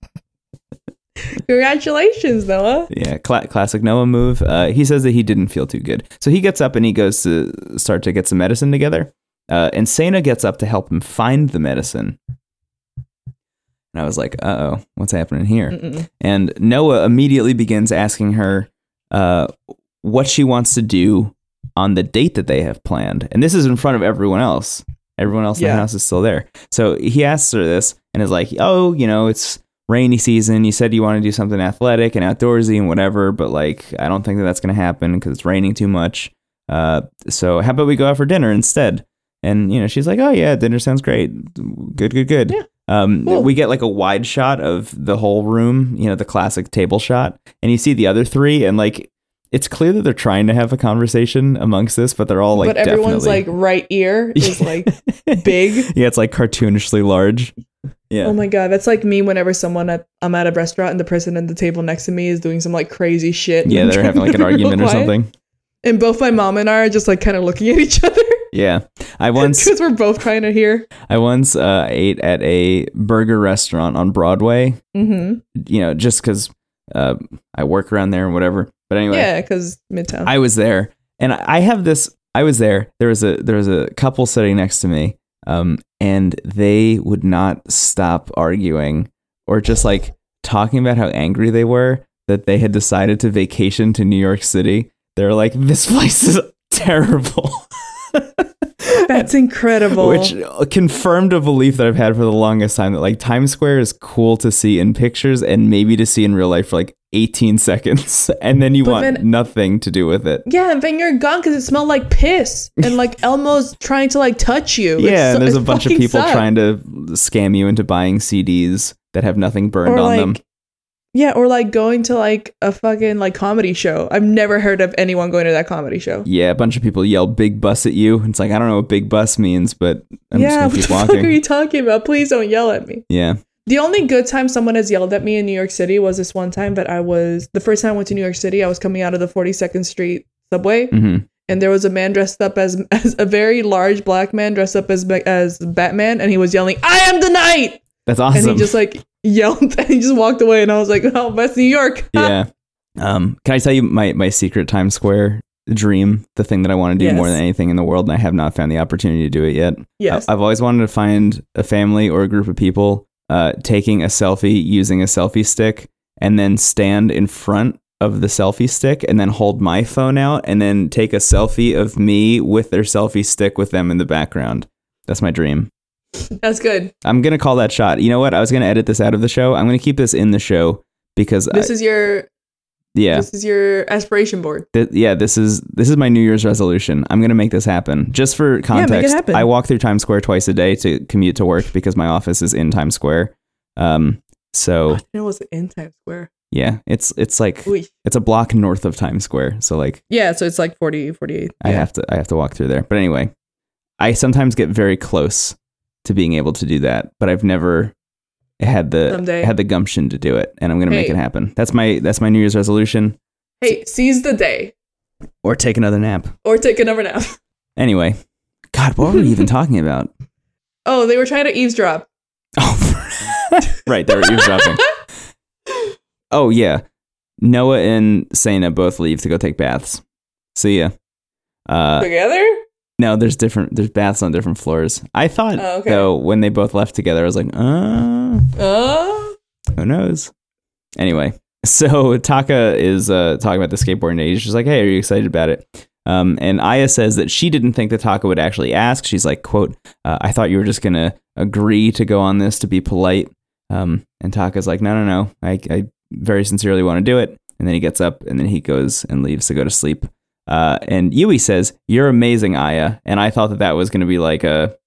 [SPEAKER 2] Congratulations, Noah.
[SPEAKER 1] yeah, cla- classic Noah move. Uh, he says that he didn't feel too good, so he gets up and he goes to start to get some medicine together. Uh, and Sana gets up to help him find the medicine. And I was like, "Uh oh, what's happening here?"
[SPEAKER 2] Mm-mm.
[SPEAKER 1] And Noah immediately begins asking her uh, what she wants to do on the date that they have planned. And this is in front of everyone else. Everyone else in
[SPEAKER 2] Yeah.
[SPEAKER 1] the house is still there. So he asks her this and is like, oh, you know, it's rainy season. You said you want to do something athletic and outdoorsy and whatever, but like, I don't think that that's going to happen because it's raining too much. Uh, so how about we go out for dinner instead? And, you know, she's like, oh, yeah, dinner sounds great. Good, good, good.
[SPEAKER 2] Yeah.
[SPEAKER 1] Um,
[SPEAKER 2] Cool.
[SPEAKER 1] We get like a wide shot of the whole room, you know, the classic table shot, and you see the other three, and like it's clear that they're trying to have a conversation amongst this, but they're all like,
[SPEAKER 2] but everyone's
[SPEAKER 1] definitely-
[SPEAKER 2] like right ear is like big.
[SPEAKER 1] yeah, it's like cartoonishly large. Yeah,
[SPEAKER 2] Oh my god, that's like me whenever someone at I'm at a restaurant and the person at the table next to me is doing some like crazy shit. and
[SPEAKER 1] yeah,
[SPEAKER 2] I'm
[SPEAKER 1] they're
[SPEAKER 2] trying
[SPEAKER 1] having like
[SPEAKER 2] to
[SPEAKER 1] an
[SPEAKER 2] be real
[SPEAKER 1] argument or
[SPEAKER 2] quiet.
[SPEAKER 1] something.
[SPEAKER 2] And both my mom and I are just like kind of looking at each other
[SPEAKER 1] Yeah, I once
[SPEAKER 2] because we're both trying to hear.
[SPEAKER 1] I once uh, ate at a burger restaurant on Broadway.
[SPEAKER 2] hmm
[SPEAKER 1] You know, just because uh, I work around there and whatever. But anyway,
[SPEAKER 2] Yeah, because Midtown.
[SPEAKER 1] I was there, and I have this. I was there. There was a there was a couple sitting next to me, um, and they would not stop arguing or just like talking about how angry they were that they had decided to vacation to New York City. They're like, this place is terrible,
[SPEAKER 2] that's incredible.
[SPEAKER 1] which confirmed a belief that I've had for the longest time that like Times Square is cool to see in pictures and maybe to see in real life for like 18 seconds, and then you
[SPEAKER 2] But
[SPEAKER 1] want
[SPEAKER 2] then-
[SPEAKER 1] nothing to do with it.
[SPEAKER 2] yeah, and then you're gone because it smelled like piss and like Elmo's trying to like touch you.
[SPEAKER 1] Yeah, and there's a bunch of people trying
[SPEAKER 2] trying
[SPEAKER 1] to scam you into buying CDs that have nothing burned on them.
[SPEAKER 2] Yeah, or like going to like a fucking like comedy show. I've never heard of anyone going to that comedy show.
[SPEAKER 1] Yeah, a bunch of people yell "big bus" at you. It's like I don't know what "big bus" means, but I'm
[SPEAKER 2] yeah,
[SPEAKER 1] just gonna keep
[SPEAKER 2] what the fuck are
[SPEAKER 1] walking.
[SPEAKER 2] you talking about? Please don't yell at me.
[SPEAKER 1] yeah,
[SPEAKER 2] The only good time someone has yelled at me in New York City was this one time that I was the first time I went to New York City. I was coming out of the 42nd Street subway,
[SPEAKER 1] hmm
[SPEAKER 2] and there was a man dressed up as as a very large black man dressed up as Ba- as Batman, and he was yelling, "I am the knight!"
[SPEAKER 1] that's
[SPEAKER 2] And
[SPEAKER 1] awesome.
[SPEAKER 2] he just like yelled, and he just walked away, and I was like, "Oh, that's New York."
[SPEAKER 1] yeah. Um, can I tell you my my secret Times Square dream? The thing that I want to do more
[SPEAKER 2] Yes.
[SPEAKER 1] than anything in the world, and I have not found the opportunity to do it yet.
[SPEAKER 2] yes,
[SPEAKER 1] I- I've always wanted to find a family or a group of people uh, taking a selfie using a selfie stick and then stand in front of the selfie stick and then hold my phone out and then take a selfie of me with their selfie stick with them in the background. That's my dream.
[SPEAKER 2] that's good.
[SPEAKER 1] I'm going to call that shot. You know what? I was going to edit this out of the show. I'm going to keep this in the show because I,
[SPEAKER 2] This is your
[SPEAKER 1] yeah.
[SPEAKER 2] this is your aspiration board.
[SPEAKER 1] Th- yeah, this is this is my New Year's resolution. I'm gonna make this happen. Just for
[SPEAKER 2] make it
[SPEAKER 1] context,
[SPEAKER 2] happen.
[SPEAKER 1] I walk through Times Square twice a day to commute to work because my office is in Times Square. Um, so
[SPEAKER 2] It was in Times Square.
[SPEAKER 1] yeah, it's it's like
[SPEAKER 2] Oy.
[SPEAKER 1] it's a block north of Times Square. So like
[SPEAKER 2] Yeah, so it's like 40, 48.
[SPEAKER 1] I
[SPEAKER 2] yeah.
[SPEAKER 1] have to I have to walk through there. But anyway, I sometimes get very close to being able to do that, but I've never had the
[SPEAKER 2] Someday.
[SPEAKER 1] had the gumption to do it, and I'm gonna make
[SPEAKER 2] Hey.
[SPEAKER 1] it happen. That's my that's my New Year's resolution.
[SPEAKER 2] Hey, seize the day
[SPEAKER 1] Or take another nap.
[SPEAKER 2] or take another nap.
[SPEAKER 1] Anyway, God, what were we even talking about?
[SPEAKER 2] Oh, they were trying to eavesdrop.
[SPEAKER 1] Oh, right. They were eavesdropping. oh, yeah. Noah and Sana both leave to go take baths. See ya. Uh,
[SPEAKER 2] Together?
[SPEAKER 1] no, there's different. There's baths on different floors. I thought
[SPEAKER 2] Oh, okay.
[SPEAKER 1] though when they both left together, I was like, uh,
[SPEAKER 2] Oh.
[SPEAKER 1] who knows? Anyway, so Taka is uh, talking about the skateboarding age. She's like, hey, are you excited about it? Um, and Aya says that she didn't think that Taka would actually ask. She's like, quote, uh, I thought you were just going to agree to go on this to be polite. Um, and Taka's like, no, no, no. I, I very sincerely want to do it. And then he gets up and then he goes and leaves to go to sleep. Uh, and Yui says, you're amazing, Aya. And I thought that that was going to be like a,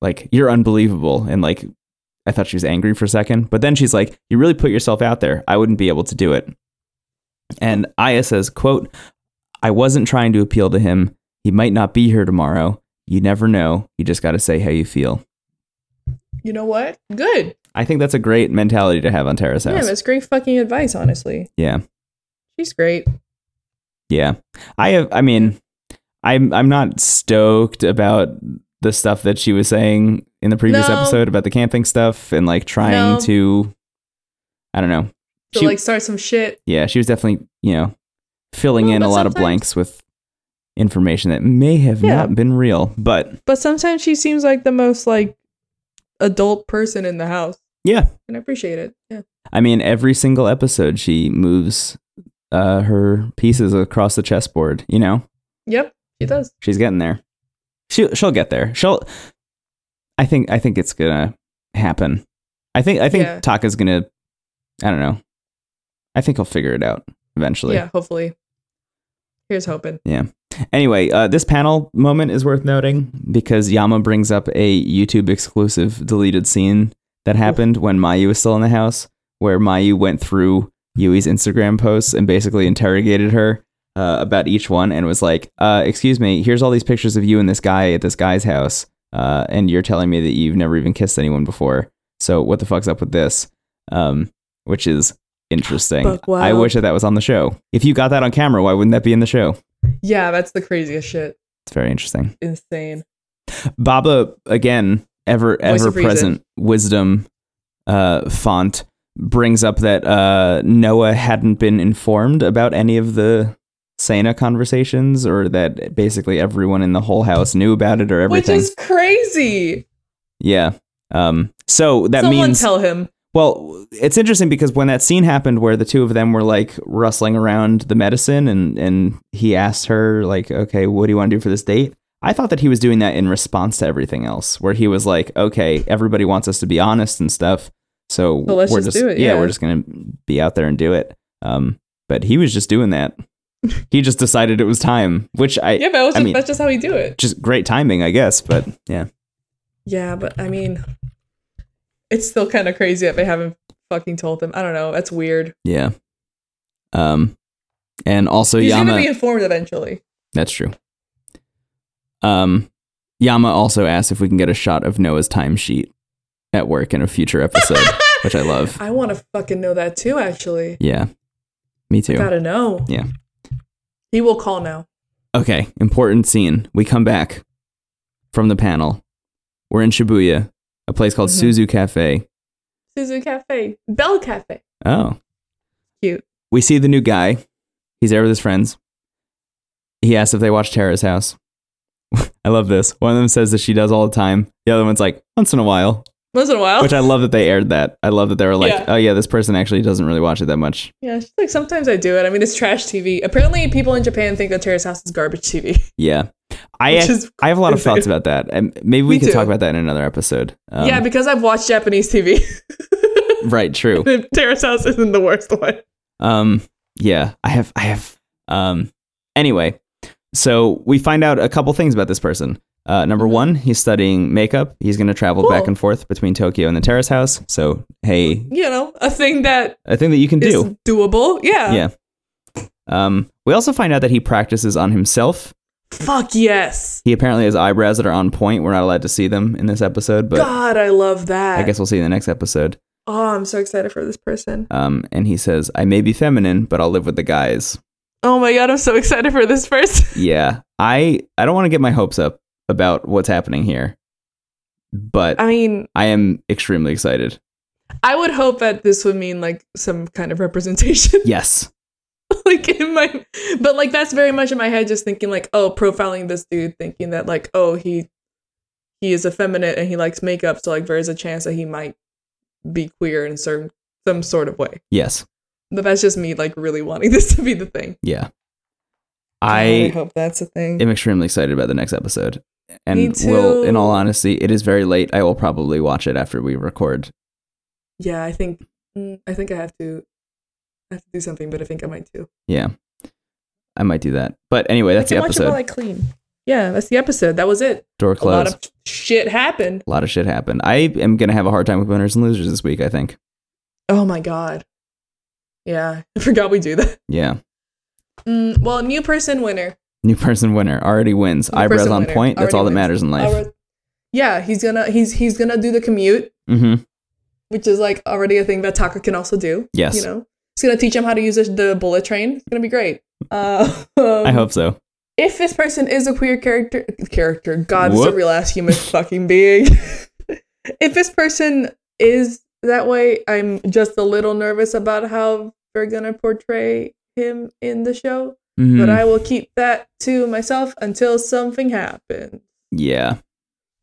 [SPEAKER 1] like, you're unbelievable. And like, I thought she was angry for a second, but then she's like, "You really put yourself out there. I wouldn't be able to do it." And Aya says, "Quote, I wasn't trying to appeal to him. He might not be here tomorrow. You never know. You just got to say how you feel."
[SPEAKER 2] You know what? Good.
[SPEAKER 1] I think that's a great mentality to have on Tara's
[SPEAKER 2] Yeah,
[SPEAKER 1] house.
[SPEAKER 2] that's great fucking advice, honestly.
[SPEAKER 1] Yeah.
[SPEAKER 2] She's great.
[SPEAKER 1] Yeah. I have I mean, I'm I'm not stoked about the stuff that she was saying in the previous
[SPEAKER 2] No.
[SPEAKER 1] episode about the camping stuff and like trying
[SPEAKER 2] No.
[SPEAKER 1] to I don't know.
[SPEAKER 2] So
[SPEAKER 1] She-
[SPEAKER 2] like start some shit.
[SPEAKER 1] yeah, she was definitely, you know, filling
[SPEAKER 2] Well,
[SPEAKER 1] in a
[SPEAKER 2] but
[SPEAKER 1] lot of
[SPEAKER 2] sometimes-
[SPEAKER 1] blanks with information that may have
[SPEAKER 2] Yeah.
[SPEAKER 1] not been real. But
[SPEAKER 2] But sometimes she seems like the most like adult person in the house.
[SPEAKER 1] yeah,
[SPEAKER 2] And I appreciate it. Yeah.
[SPEAKER 1] I mean, every single episode she moves uh, her pieces across the chessboard. You know,
[SPEAKER 2] Yep. She does.
[SPEAKER 1] she's getting there. She she'll get there. She'll. I think I think it's gonna happen. I think I think
[SPEAKER 2] Yeah.
[SPEAKER 1] Taka's gonna. I don't know. I think he'll figure it out eventually.
[SPEAKER 2] Yeah, hopefully. Here's hoping.
[SPEAKER 1] Anyway, uh, this panel moment is worth noting because Yama brings up a YouTube exclusive deleted scene that happened when Mayu was still in the house, where Mayu went through Yui's Instagram posts and basically interrogated her uh, about each one and was like, uh, "Excuse me, here's all these pictures of you and this guy at this guy's house, uh, and you're telling me that you've never even kissed anyone before. So what the fuck's up with this?" Um, which is interesting.
[SPEAKER 2] Buck wild.
[SPEAKER 1] I wish that that was on the show. If you got that on camera, why wouldn't that be in the show?
[SPEAKER 2] Yeah, that's the craziest shit.
[SPEAKER 1] It's very interesting.
[SPEAKER 2] Insane.
[SPEAKER 1] Baba again, ever
[SPEAKER 2] Voice
[SPEAKER 1] ever
[SPEAKER 2] of reason.
[SPEAKER 1] present wisdom uh, font brings up that uh, Noah hadn't been informed about any of the Sana conversations, or that basically everyone in the whole house knew about it, or everything.
[SPEAKER 2] Which is crazy.
[SPEAKER 1] yeah. Um, so that
[SPEAKER 2] Someone
[SPEAKER 1] means
[SPEAKER 2] tell him.
[SPEAKER 1] well, it's interesting because when that scene happened where the two of them were like rustling around the medicine and and he asked her like, "Okay, what do you want to do for this date?" I thought that he was doing that in response to everything else where he was like, "Okay, everybody wants us to be honest and stuff." So
[SPEAKER 2] So let's
[SPEAKER 1] we're
[SPEAKER 2] just do it,
[SPEAKER 1] yeah,
[SPEAKER 2] yeah.
[SPEAKER 1] we're just going to be out there and do it. Um but he was just doing that. he just decided it was time, which I
[SPEAKER 2] Yeah, but it was
[SPEAKER 1] I
[SPEAKER 2] just-
[SPEAKER 1] mean-
[SPEAKER 2] that's just how he do it.
[SPEAKER 1] just great timing, I guess, but yeah.
[SPEAKER 2] Yeah, but I mean, it's still kind of crazy that they haven't fucking told them. I don't know. That's weird.
[SPEAKER 1] Yeah. Um and also
[SPEAKER 2] He's
[SPEAKER 1] Yama
[SPEAKER 2] gonna be informed eventually.
[SPEAKER 1] That's true. Um, Yama also asked if we can get a shot of Noah's timesheet at work in a future episode, which I love.
[SPEAKER 2] I want to fucking know that too. Actually,
[SPEAKER 1] Yeah, me too.
[SPEAKER 2] gotta know.
[SPEAKER 1] Yeah.
[SPEAKER 2] He will call now.
[SPEAKER 1] Okay, important scene. We come back from the panel. We're in Shibuya, a place called
[SPEAKER 2] Mhm.
[SPEAKER 1] Suzu Cafe.
[SPEAKER 2] Suzu Cafe, Bell Cafe.
[SPEAKER 1] Oh,
[SPEAKER 2] Cute.
[SPEAKER 1] We see the new guy. He's there with his friends. He asks if they watch Tara's house. I love this. One of them says that she does all the time. The other one's like, once in a while.
[SPEAKER 2] Once in a while.
[SPEAKER 1] Which I love that they aired that. I love that they were like,
[SPEAKER 2] Oh. Yeah.
[SPEAKER 1] oh yeah, this person actually doesn't really watch it that much.
[SPEAKER 2] yeah, she's like sometimes I do it. I mean, it's trash TV. Apparently, people in Japan think that Terrace House is garbage TV.
[SPEAKER 1] Yeah, I
[SPEAKER 2] Which is
[SPEAKER 1] I have a lot of
[SPEAKER 2] insane.
[SPEAKER 1] thoughts about that, and maybe we
[SPEAKER 2] Me
[SPEAKER 1] could
[SPEAKER 2] too.
[SPEAKER 1] talk about that in another episode. Um,
[SPEAKER 2] yeah, because I've watched Japanese TV.
[SPEAKER 1] right. True.
[SPEAKER 2] Terrace House isn't the worst one.
[SPEAKER 1] Um, yeah, I have. I have. Um, anyway, so we find out a couple things about this person. Uh, number one, he's studying makeup. He's going to travel back
[SPEAKER 2] Mm-hmm. Cool.
[SPEAKER 1] and forth between Tokyo and the Terrace House. So hey,
[SPEAKER 2] You know, a thing that
[SPEAKER 1] a thing that you can
[SPEAKER 2] is
[SPEAKER 1] do.
[SPEAKER 2] doable. Yeah.
[SPEAKER 1] Yeah. Um, we also find out that he practices on himself
[SPEAKER 2] Fuck yes.
[SPEAKER 1] He apparently has eyebrows that are on point. We're not allowed to see them in this episode, but
[SPEAKER 2] God, I love that.
[SPEAKER 1] I guess we'll see in the next episode.
[SPEAKER 2] Oh, I'm so excited for this person.
[SPEAKER 1] Um, and he says, "I may be feminine, but I'll live with the guys."
[SPEAKER 2] Oh my god, I'm so excited for this person.
[SPEAKER 1] Yeah, I I don't want to get my hopes up about what's happening here, but
[SPEAKER 2] I mean,
[SPEAKER 1] I am extremely excited.
[SPEAKER 2] I would hope that this would mean like some kind of representation,
[SPEAKER 1] Yes,
[SPEAKER 2] like in my, but like that's very much in my head, just thinking like, oh, profiling this dude, thinking that like, oh, he, he is effeminate and he likes makeup, so like there's a chance that he might be queer in certain some sort of way.
[SPEAKER 1] yes,
[SPEAKER 2] But that's just me like really wanting this to be the thing.
[SPEAKER 1] yeah.
[SPEAKER 2] God, I
[SPEAKER 1] I
[SPEAKER 2] hope that's a thing.
[SPEAKER 1] am extremely excited about the next episode, and
[SPEAKER 2] Me
[SPEAKER 1] will, in all
[SPEAKER 2] too.
[SPEAKER 1] honesty, it is very late. I will probably watch it after we record.
[SPEAKER 2] yeah, I think, mm, I think I have to, I have to do something, but I think I might too.
[SPEAKER 1] Yeah, I might do that. But anyway, that's the
[SPEAKER 2] can Watch it
[SPEAKER 1] episode.
[SPEAKER 2] while I clean. Yeah, that's the episode. That was it.
[SPEAKER 1] Door
[SPEAKER 2] A
[SPEAKER 1] closed.
[SPEAKER 2] lot of shit happened.
[SPEAKER 1] A lot of shit happened. I am gonna have a hard time with winners and losers this week. I think.
[SPEAKER 2] Oh my god. Yeah, I forgot we do that.
[SPEAKER 1] Yeah,
[SPEAKER 2] Mm, well, new person winner.
[SPEAKER 1] new person winner already wins.
[SPEAKER 2] New
[SPEAKER 1] Eyebrows
[SPEAKER 2] person
[SPEAKER 1] on
[SPEAKER 2] winner
[SPEAKER 1] point. That's
[SPEAKER 2] already
[SPEAKER 1] all that
[SPEAKER 2] wins.
[SPEAKER 1] matters in life.
[SPEAKER 2] Alre- yeah, he's gonna he's he's gonna do the commute,
[SPEAKER 1] Mm-hmm.
[SPEAKER 2] which is like already a thing that Taka can also do.
[SPEAKER 1] Yes,
[SPEAKER 2] You know, he's gonna teach him how to use this- the bullet train. It's gonna be great. Uh,
[SPEAKER 1] I hope so.
[SPEAKER 2] if this person is a queer character character god is a
[SPEAKER 1] Whoop.
[SPEAKER 2] real ass human fucking being if this person is that way i'm just a little nervous about how they're gonna portray him in the show
[SPEAKER 1] Mhm.
[SPEAKER 2] but i will keep that to myself until something happens
[SPEAKER 1] yeah,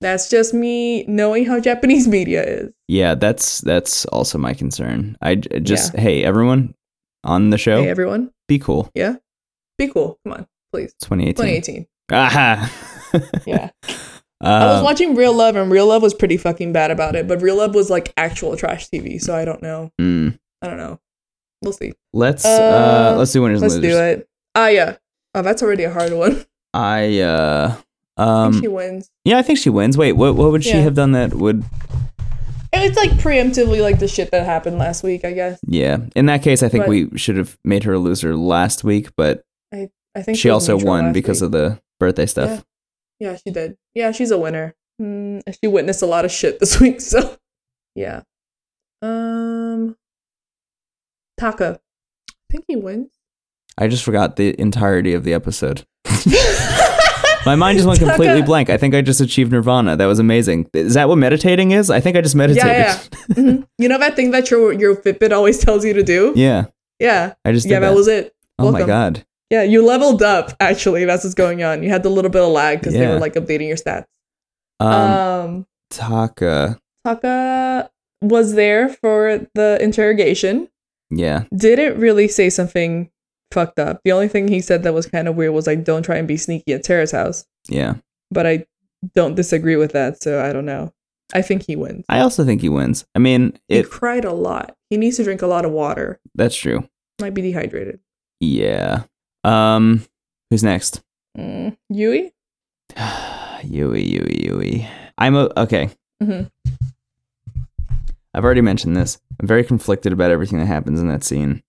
[SPEAKER 2] that's just me knowing how japanese media is
[SPEAKER 1] yeah. That's that's also my concern. I j- just hey everyone on the show,
[SPEAKER 2] hey everyone
[SPEAKER 1] be cool.
[SPEAKER 2] be cool come on please
[SPEAKER 1] It's 2018.
[SPEAKER 2] 2018
[SPEAKER 1] Aha.
[SPEAKER 2] yeah i
[SPEAKER 1] uh,
[SPEAKER 2] was watching real love and real love was pretty fucking bad about it but real love was like actual trash tv so i don't know
[SPEAKER 1] mm.
[SPEAKER 2] I don't know. We'll see.
[SPEAKER 1] Let's uh,
[SPEAKER 2] Uh,
[SPEAKER 1] let's do winners
[SPEAKER 2] Let's
[SPEAKER 1] and losers.
[SPEAKER 2] do it. Ah, yeah. Oh, that's already a hard one.
[SPEAKER 1] I uh,
[SPEAKER 2] I think
[SPEAKER 1] um,
[SPEAKER 2] she wins.
[SPEAKER 1] yeah, I think she wins. Wait, what what would she
[SPEAKER 2] Yeah.
[SPEAKER 1] have done that would
[SPEAKER 2] It's like preemptively like the shit that happened last week, I guess.
[SPEAKER 1] Yeah. In that case, I think
[SPEAKER 2] But-
[SPEAKER 1] we should have made her a loser last week, but
[SPEAKER 2] I think
[SPEAKER 1] she also won because of the birthday stuff.
[SPEAKER 2] Yeah. Yeah, she did. Yeah, she's a winner. Mm, she witnessed a lot of shit this week, so yeah. Um, Taka, I think he wins.
[SPEAKER 1] I just forgot the entirety of the episode. My mind just went
[SPEAKER 2] Taka-
[SPEAKER 1] completely blank. I think I just achieved nirvana. That was amazing. Is that what meditating is? I think I just meditated.
[SPEAKER 2] yeah. Mhm. You know that thing that your your Fitbit always tells you to do?
[SPEAKER 1] Yeah,
[SPEAKER 2] Yeah,
[SPEAKER 1] I just did
[SPEAKER 2] yeah, that
[SPEAKER 1] that.
[SPEAKER 2] was it.
[SPEAKER 1] oh my
[SPEAKER 2] welcome.
[SPEAKER 1] god.
[SPEAKER 2] Yeah, you leveled up. Actually, that's what's going on. You had the little bit of lag because they
[SPEAKER 1] Yeah.
[SPEAKER 2] were like updating your stats.
[SPEAKER 1] Um,
[SPEAKER 2] um
[SPEAKER 1] Taka.
[SPEAKER 2] Taka was there for the interrogation.
[SPEAKER 1] Yeah.
[SPEAKER 2] Didn't really say something fucked up. The only thing he said that was kind of weird was like, "Don't try and be sneaky at Tara's house."
[SPEAKER 1] Yeah.
[SPEAKER 2] But I don't disagree with that, so I don't know. I think he wins.
[SPEAKER 1] I also think he wins. I mean,
[SPEAKER 2] he
[SPEAKER 1] it.
[SPEAKER 2] cried a lot. He needs to drink a lot of water.
[SPEAKER 1] That's true.
[SPEAKER 2] Might be dehydrated.
[SPEAKER 1] Yeah. Um. Who's next?
[SPEAKER 2] Mm. Yui.
[SPEAKER 1] Yui, Yui, Yui. I'm a, okay.
[SPEAKER 2] Mhm.
[SPEAKER 1] I've already mentioned this. I'm very conflicted about everything that happens in that scene.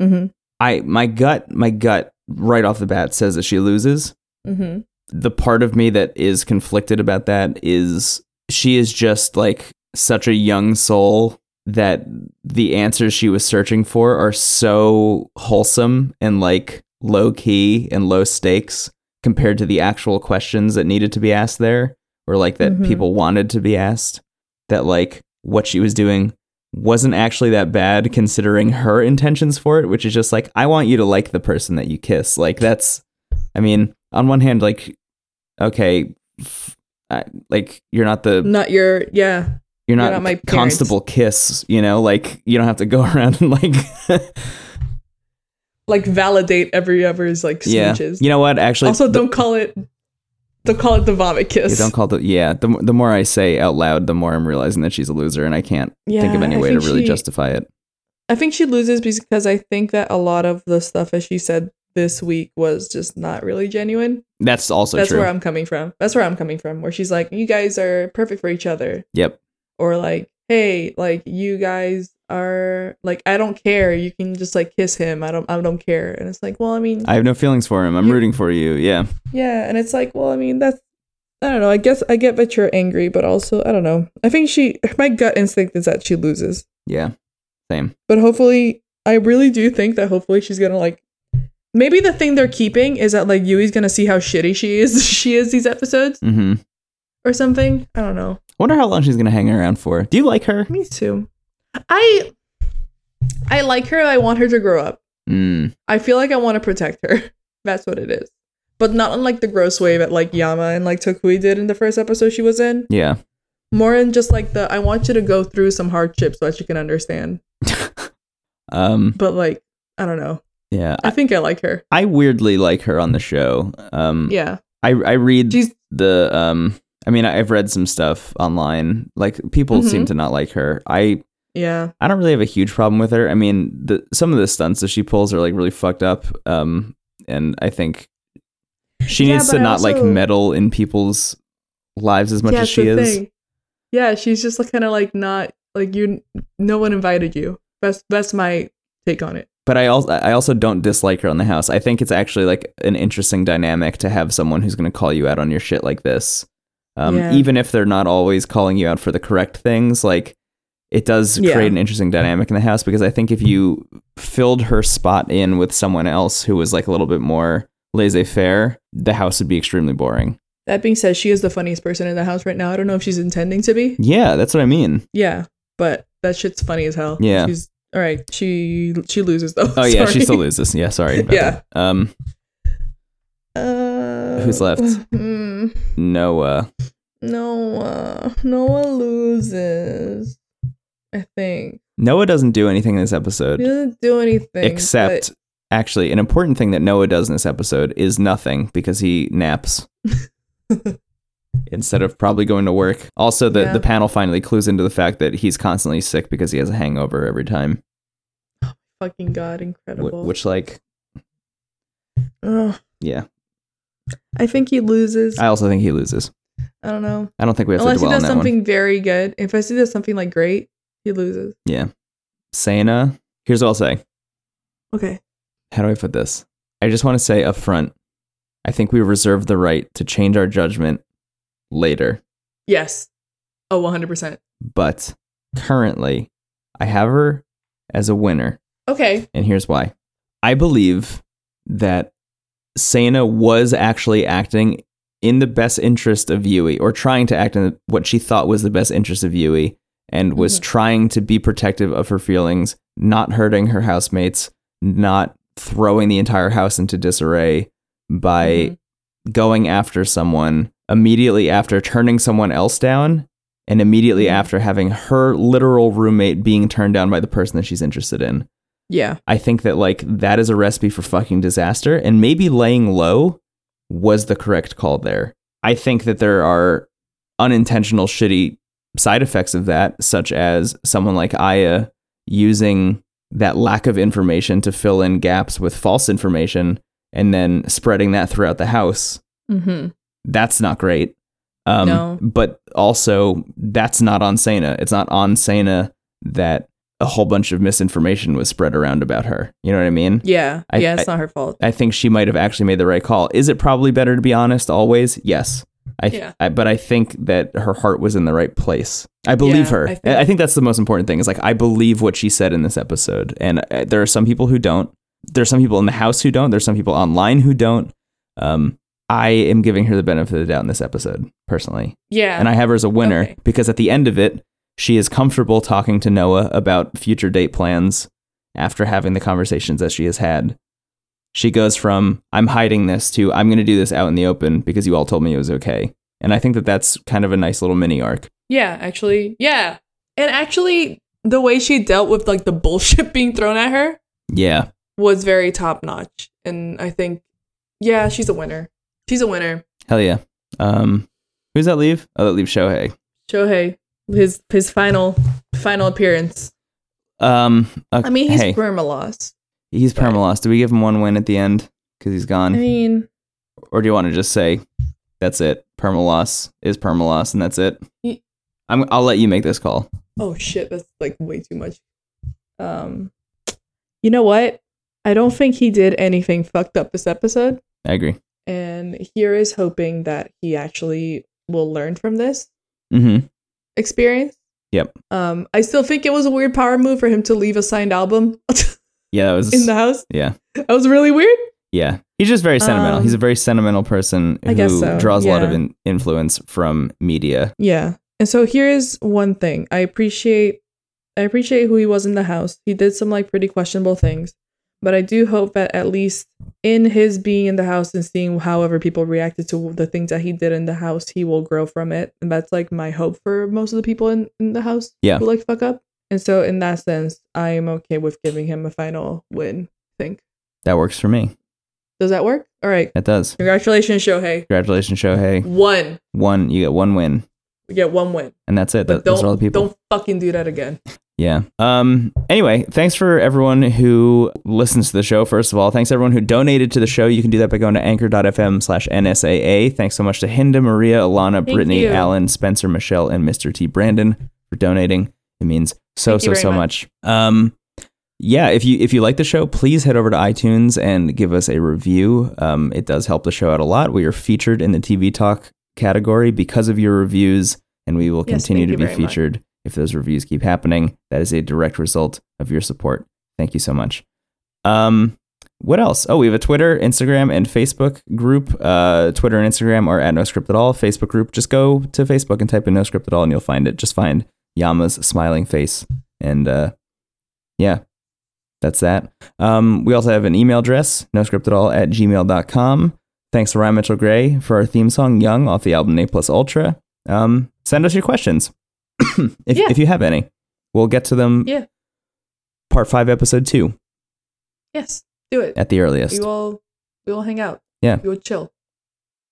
[SPEAKER 2] Mm-hmm.
[SPEAKER 1] I my gut, my gut right off the bat says that she loses.
[SPEAKER 2] Mm-hmm.
[SPEAKER 1] The part of me that is conflicted about that is she is just like such a young soul that the answers she was searching for are so wholesome and like low key and low stakes compared to the actual questions that needed to be asked there or like that
[SPEAKER 2] Mhm.
[SPEAKER 1] people wanted to be asked that like what she was doing wasn't actually that bad considering her intentions for it which is just like I want you to like the person that you kiss like that's I mean on one hand like okay f- I- like you're not the
[SPEAKER 2] Not your. Yeah.
[SPEAKER 1] you're not,
[SPEAKER 2] not my parents.
[SPEAKER 1] constable kiss you know like you don't have to go around and like
[SPEAKER 2] Like validate every other's like
[SPEAKER 1] yeah
[SPEAKER 2] speeches.
[SPEAKER 1] you know what actually
[SPEAKER 2] also, don't call it. Don't call it the vomit kiss.
[SPEAKER 1] yeah, don't call the yeah the, m- the more i say out loud the more i'm realizing that she's a loser and i can't think of
[SPEAKER 2] Yeah,
[SPEAKER 1] any
[SPEAKER 2] I
[SPEAKER 1] way to
[SPEAKER 2] think
[SPEAKER 1] really
[SPEAKER 2] she-
[SPEAKER 1] justify it
[SPEAKER 2] I think she loses because I think that a lot of the stuff that she said this week was just not really genuine.
[SPEAKER 1] that's also
[SPEAKER 2] That's
[SPEAKER 1] true
[SPEAKER 2] where I'm coming from. That's where I'm coming from. Where she's like, "You guys are perfect for each other,"
[SPEAKER 1] yep
[SPEAKER 2] or like, "Hey, like you guys are like I don't care. You can just like kiss him. I don't I don't care." And it's like, well, I mean,
[SPEAKER 1] i have no feelings for him i'm
[SPEAKER 2] You-
[SPEAKER 1] rooting for you yeah
[SPEAKER 2] yeah. And it's like, well, I mean, that's I don't know. I guess I get that you're angry, but also I don't know. I think she. My gut instinct is that she loses.
[SPEAKER 1] yeah same
[SPEAKER 2] but hopefully i really do think that hopefully she's gonna like maybe the thing they're keeping is that like yui's gonna see how shitty she is she is these episodes
[SPEAKER 1] mm-hmm
[SPEAKER 2] or something i don't know
[SPEAKER 1] wonder how long she's gonna hang around for do you like her
[SPEAKER 2] me too i i like her i want her to grow up
[SPEAKER 1] mm,
[SPEAKER 2] i feel like i want to protect her that's what it is but not unlike the gross way that like yama and like tokui did in the first episode she was in
[SPEAKER 1] yeah
[SPEAKER 2] more in just like the i want you to go through some hardships so that you can understand
[SPEAKER 1] um
[SPEAKER 2] but like i don't know
[SPEAKER 1] yeah
[SPEAKER 2] i think i like her
[SPEAKER 1] i weirdly like her on the show um
[SPEAKER 2] yeah
[SPEAKER 1] I I read
[SPEAKER 2] She's-
[SPEAKER 1] the um I mean I've read some stuff online. Like people seem
[SPEAKER 2] Mhm.
[SPEAKER 1] to not like her. I
[SPEAKER 2] yeah
[SPEAKER 1] I don't really have a huge problem with her. I mean, the some of the stunts that she pulls are like really fucked up. Um and I think she
[SPEAKER 2] Yeah,
[SPEAKER 1] needs
[SPEAKER 2] but
[SPEAKER 1] to
[SPEAKER 2] I
[SPEAKER 1] not like
[SPEAKER 2] also-
[SPEAKER 1] meddle in people's lives as much
[SPEAKER 2] Yeah,
[SPEAKER 1] as
[SPEAKER 2] it's
[SPEAKER 1] she
[SPEAKER 2] the
[SPEAKER 1] is.
[SPEAKER 2] thing. Yeah, she's just like kind of like not like you. No one invited you. That's that's my take on it.
[SPEAKER 1] But I also I also don't dislike her on the house. I think it's actually like an interesting dynamic to have someone who's going to call you out on your shit like this. Um,
[SPEAKER 2] Yeah.
[SPEAKER 1] Even if they're not always calling you out for the correct things, like it does
[SPEAKER 2] Yeah.
[SPEAKER 1] create an interesting dynamic in the house because I think if you filled her spot in with someone else who was like a little bit more laissez faire, the house would be extremely boring.
[SPEAKER 2] That being said, she is the funniest person in the house right now. I don't know if she's intending to be.
[SPEAKER 1] Yeah, that's what I mean.
[SPEAKER 2] Yeah, but that shit's funny as hell.
[SPEAKER 1] Yeah.
[SPEAKER 2] She's all right. She she loses though.
[SPEAKER 1] Oh yeah, she
[SPEAKER 2] Sorry.
[SPEAKER 1] still loses. Yeah, sorry. About
[SPEAKER 2] Yeah.
[SPEAKER 1] that. Um,
[SPEAKER 2] Uh,
[SPEAKER 1] Who's left?
[SPEAKER 2] Mm,
[SPEAKER 1] Noah.
[SPEAKER 2] Noah. Noah loses. I think
[SPEAKER 1] Noah doesn't do anything in this episode.
[SPEAKER 2] he doesn't do anything
[SPEAKER 1] except actually an important thing that noah does in this episode is nothing because he naps instead of probably going to work also the,
[SPEAKER 2] Yeah.
[SPEAKER 1] the panel finally clues into the fact that he's constantly sick because he has a hangover every time
[SPEAKER 2] but Fucking god,
[SPEAKER 1] wh-
[SPEAKER 2] incredible.
[SPEAKER 1] which like
[SPEAKER 2] Ugh.
[SPEAKER 1] yeah
[SPEAKER 2] I think he loses.
[SPEAKER 1] i also think he loses
[SPEAKER 2] I don't know.
[SPEAKER 1] I don't think we have
[SPEAKER 2] Unless
[SPEAKER 1] to
[SPEAKER 2] he
[SPEAKER 1] dwell on that
[SPEAKER 2] does something
[SPEAKER 1] one.
[SPEAKER 2] very good. If I see does something like great, he loses.
[SPEAKER 1] Sana. Here's what I'll say.
[SPEAKER 2] Okay.
[SPEAKER 1] How do I put this? I just want to say up front, I think we reserve the right to change our judgment later.
[SPEAKER 2] Yes. Oh, 100%.
[SPEAKER 1] But currently, I have her as a winner.
[SPEAKER 2] Okay.
[SPEAKER 1] And here's why. I believe that Sana was actually acting in the best interest of Yui, or trying to act in what she thought was the best interest of Yui, and was
[SPEAKER 2] Mhm.
[SPEAKER 1] trying to be protective of her feelings, not hurting her housemates, not throwing the entire house into disarray by
[SPEAKER 2] Mhm.
[SPEAKER 1] going after someone immediately after turning someone else down and immediately
[SPEAKER 2] Mhm.
[SPEAKER 1] after having her literal roommate being turned down by the person that she's interested in.
[SPEAKER 2] Yeah.
[SPEAKER 1] I think that like that is a recipe for fucking disaster and maybe laying low was the correct call there. I think that there are unintentional shitty side effects of that such as someone like Aya using that lack of information to fill in gaps with false information and then spreading that throughout the house.
[SPEAKER 2] Mm-hmm.
[SPEAKER 1] That's not great. Um,
[SPEAKER 2] No.
[SPEAKER 1] But also, that's not on Sana. It's not on Sana that a whole bunch of misinformation was spread around about her. You know what I mean?
[SPEAKER 2] Yeah.
[SPEAKER 1] I-
[SPEAKER 2] yeah, it's
[SPEAKER 1] I-
[SPEAKER 2] not her fault.
[SPEAKER 1] I think she might have actually made the right call. Is it probably better to be honest always? Yes. I,
[SPEAKER 2] Yeah.
[SPEAKER 1] I but I think that her heart was in the right place. I believe
[SPEAKER 2] Yeah,
[SPEAKER 1] her.
[SPEAKER 2] I
[SPEAKER 1] I
[SPEAKER 2] think-
[SPEAKER 1] think, that's the most important thing. Is like I believe what she said in this episode, and uh, there are some people who don't. There's some people in the house who don't. There's some people online who don't. Um, I am giving her the benefit of the doubt in this episode personally,
[SPEAKER 2] Yeah.
[SPEAKER 1] and I have her as a winner
[SPEAKER 2] Okay.
[SPEAKER 1] because at the end of it, she is comfortable talking to Noah about future date plans after having the conversations that she has had. She goes from, I'm hiding this to, I'm going to do this out in the open because you all told me it was okay. And I think that that's kind of a nice little mini arc.
[SPEAKER 2] Yeah, actually. Yeah. And actually, the way she dealt with like the bullshit being thrown at her
[SPEAKER 1] Yeah.
[SPEAKER 2] was very top notch. And I think, yeah, she's a winner. She's a winner.
[SPEAKER 1] Hell yeah. Um, who's that leave? Oh, that leaves Shohei.
[SPEAKER 2] Shohei, his his final final appearance.
[SPEAKER 1] Um,
[SPEAKER 2] I mean, he's
[SPEAKER 1] hey,
[SPEAKER 2] perma loss.
[SPEAKER 1] he's permalost. Do we give him one win at the end because he's
[SPEAKER 2] I
[SPEAKER 1] gone?
[SPEAKER 2] mean,
[SPEAKER 1] or do you want to just say that's it? Permaloss is permaloss, and that's it.
[SPEAKER 2] Ye-
[SPEAKER 1] I'm, I'll let you make this call.
[SPEAKER 2] oh shit, that's like way too much. Um, you know what? I don't think he did anything fucked up this episode.
[SPEAKER 1] I agree.
[SPEAKER 2] And here is hoping that he actually will learn from this
[SPEAKER 1] Mm-hmm.
[SPEAKER 2] experience.
[SPEAKER 1] Yep.
[SPEAKER 2] Um, I still think it was a weird power move for him to leave a signed album
[SPEAKER 1] Yeah, that was.
[SPEAKER 2] in the house.
[SPEAKER 1] yeah,
[SPEAKER 2] That was really weird.
[SPEAKER 1] yeah. He's just very sentimental.
[SPEAKER 2] Um,
[SPEAKER 1] He's a very sentimental person who
[SPEAKER 2] I guess so,
[SPEAKER 1] draws a lot of
[SPEAKER 2] yeah.
[SPEAKER 1] in- influence from media.
[SPEAKER 2] Yeah. And so here's one thing. I appreciate I appreciate who he was in the house. He did some like pretty questionable things, but I do hope that at least in his being in the house and seeing however people reacted to the things that he did in the house, he will grow from it. And that's like my hope for most of the people in, in the house
[SPEAKER 1] Yeah.
[SPEAKER 2] who like fuck up. And so in that sense, I am okay with giving him a final win, I think.
[SPEAKER 1] That works for me.
[SPEAKER 2] Does that work? All right.
[SPEAKER 1] That does.
[SPEAKER 2] Congratulations, Shohei.
[SPEAKER 1] Congratulations, Shohei.
[SPEAKER 2] One.
[SPEAKER 1] One, you get one win,
[SPEAKER 2] We get one win.
[SPEAKER 1] and that's it. That,
[SPEAKER 2] But
[SPEAKER 1] those are all the
[SPEAKER 2] don't
[SPEAKER 1] people.
[SPEAKER 2] don't fucking do that again.
[SPEAKER 1] Yeah. Um. Anyway, thanks for everyone who listens to the show. First of all, thanks everyone who donated to the show. You can do that by going to anchor.fm/nsaa. Thanks so much to Hinda, Maria, Alana,
[SPEAKER 2] Thank
[SPEAKER 1] Brittany,
[SPEAKER 2] you.
[SPEAKER 1] Alan, Spencer, Michelle, and Mr. T. Brandon for donating. It means so
[SPEAKER 2] Thank you
[SPEAKER 1] so
[SPEAKER 2] very
[SPEAKER 1] so much. Um. Yeah, if you if you like the show, please head over to iTunes and give us a review. Um, it does help the show out a lot. We are featured in the TV Talk category because of your reviews, and we will
[SPEAKER 2] Yes,
[SPEAKER 1] continue
[SPEAKER 2] thank
[SPEAKER 1] to be
[SPEAKER 2] you very much.
[SPEAKER 1] featured featured. If those reviews keep happening, that is a direct result of your support. Thank you so much. Um, what else? Oh, we have a Twitter, Instagram, and Facebook group. Uh, Twitter and Instagram are at No Script at All. Facebook group, just go to Facebook and type in No Script at All, and you'll find it. Just find Yama's smiling face, and uh, yeah, that's that. Um, we also have an email address, no script at all at gmail.com. Thanks to Ryan Mitchell Gray for our theme song, Young, off the album A Plus Ultra. Um, send us your questions if,
[SPEAKER 2] Yeah.
[SPEAKER 1] if you have any. We'll get to them
[SPEAKER 2] Yeah.
[SPEAKER 1] part five, episode two
[SPEAKER 2] Yes, do it.
[SPEAKER 1] at the earliest.
[SPEAKER 2] We will we will hang out.
[SPEAKER 1] Yeah.
[SPEAKER 2] We will chill.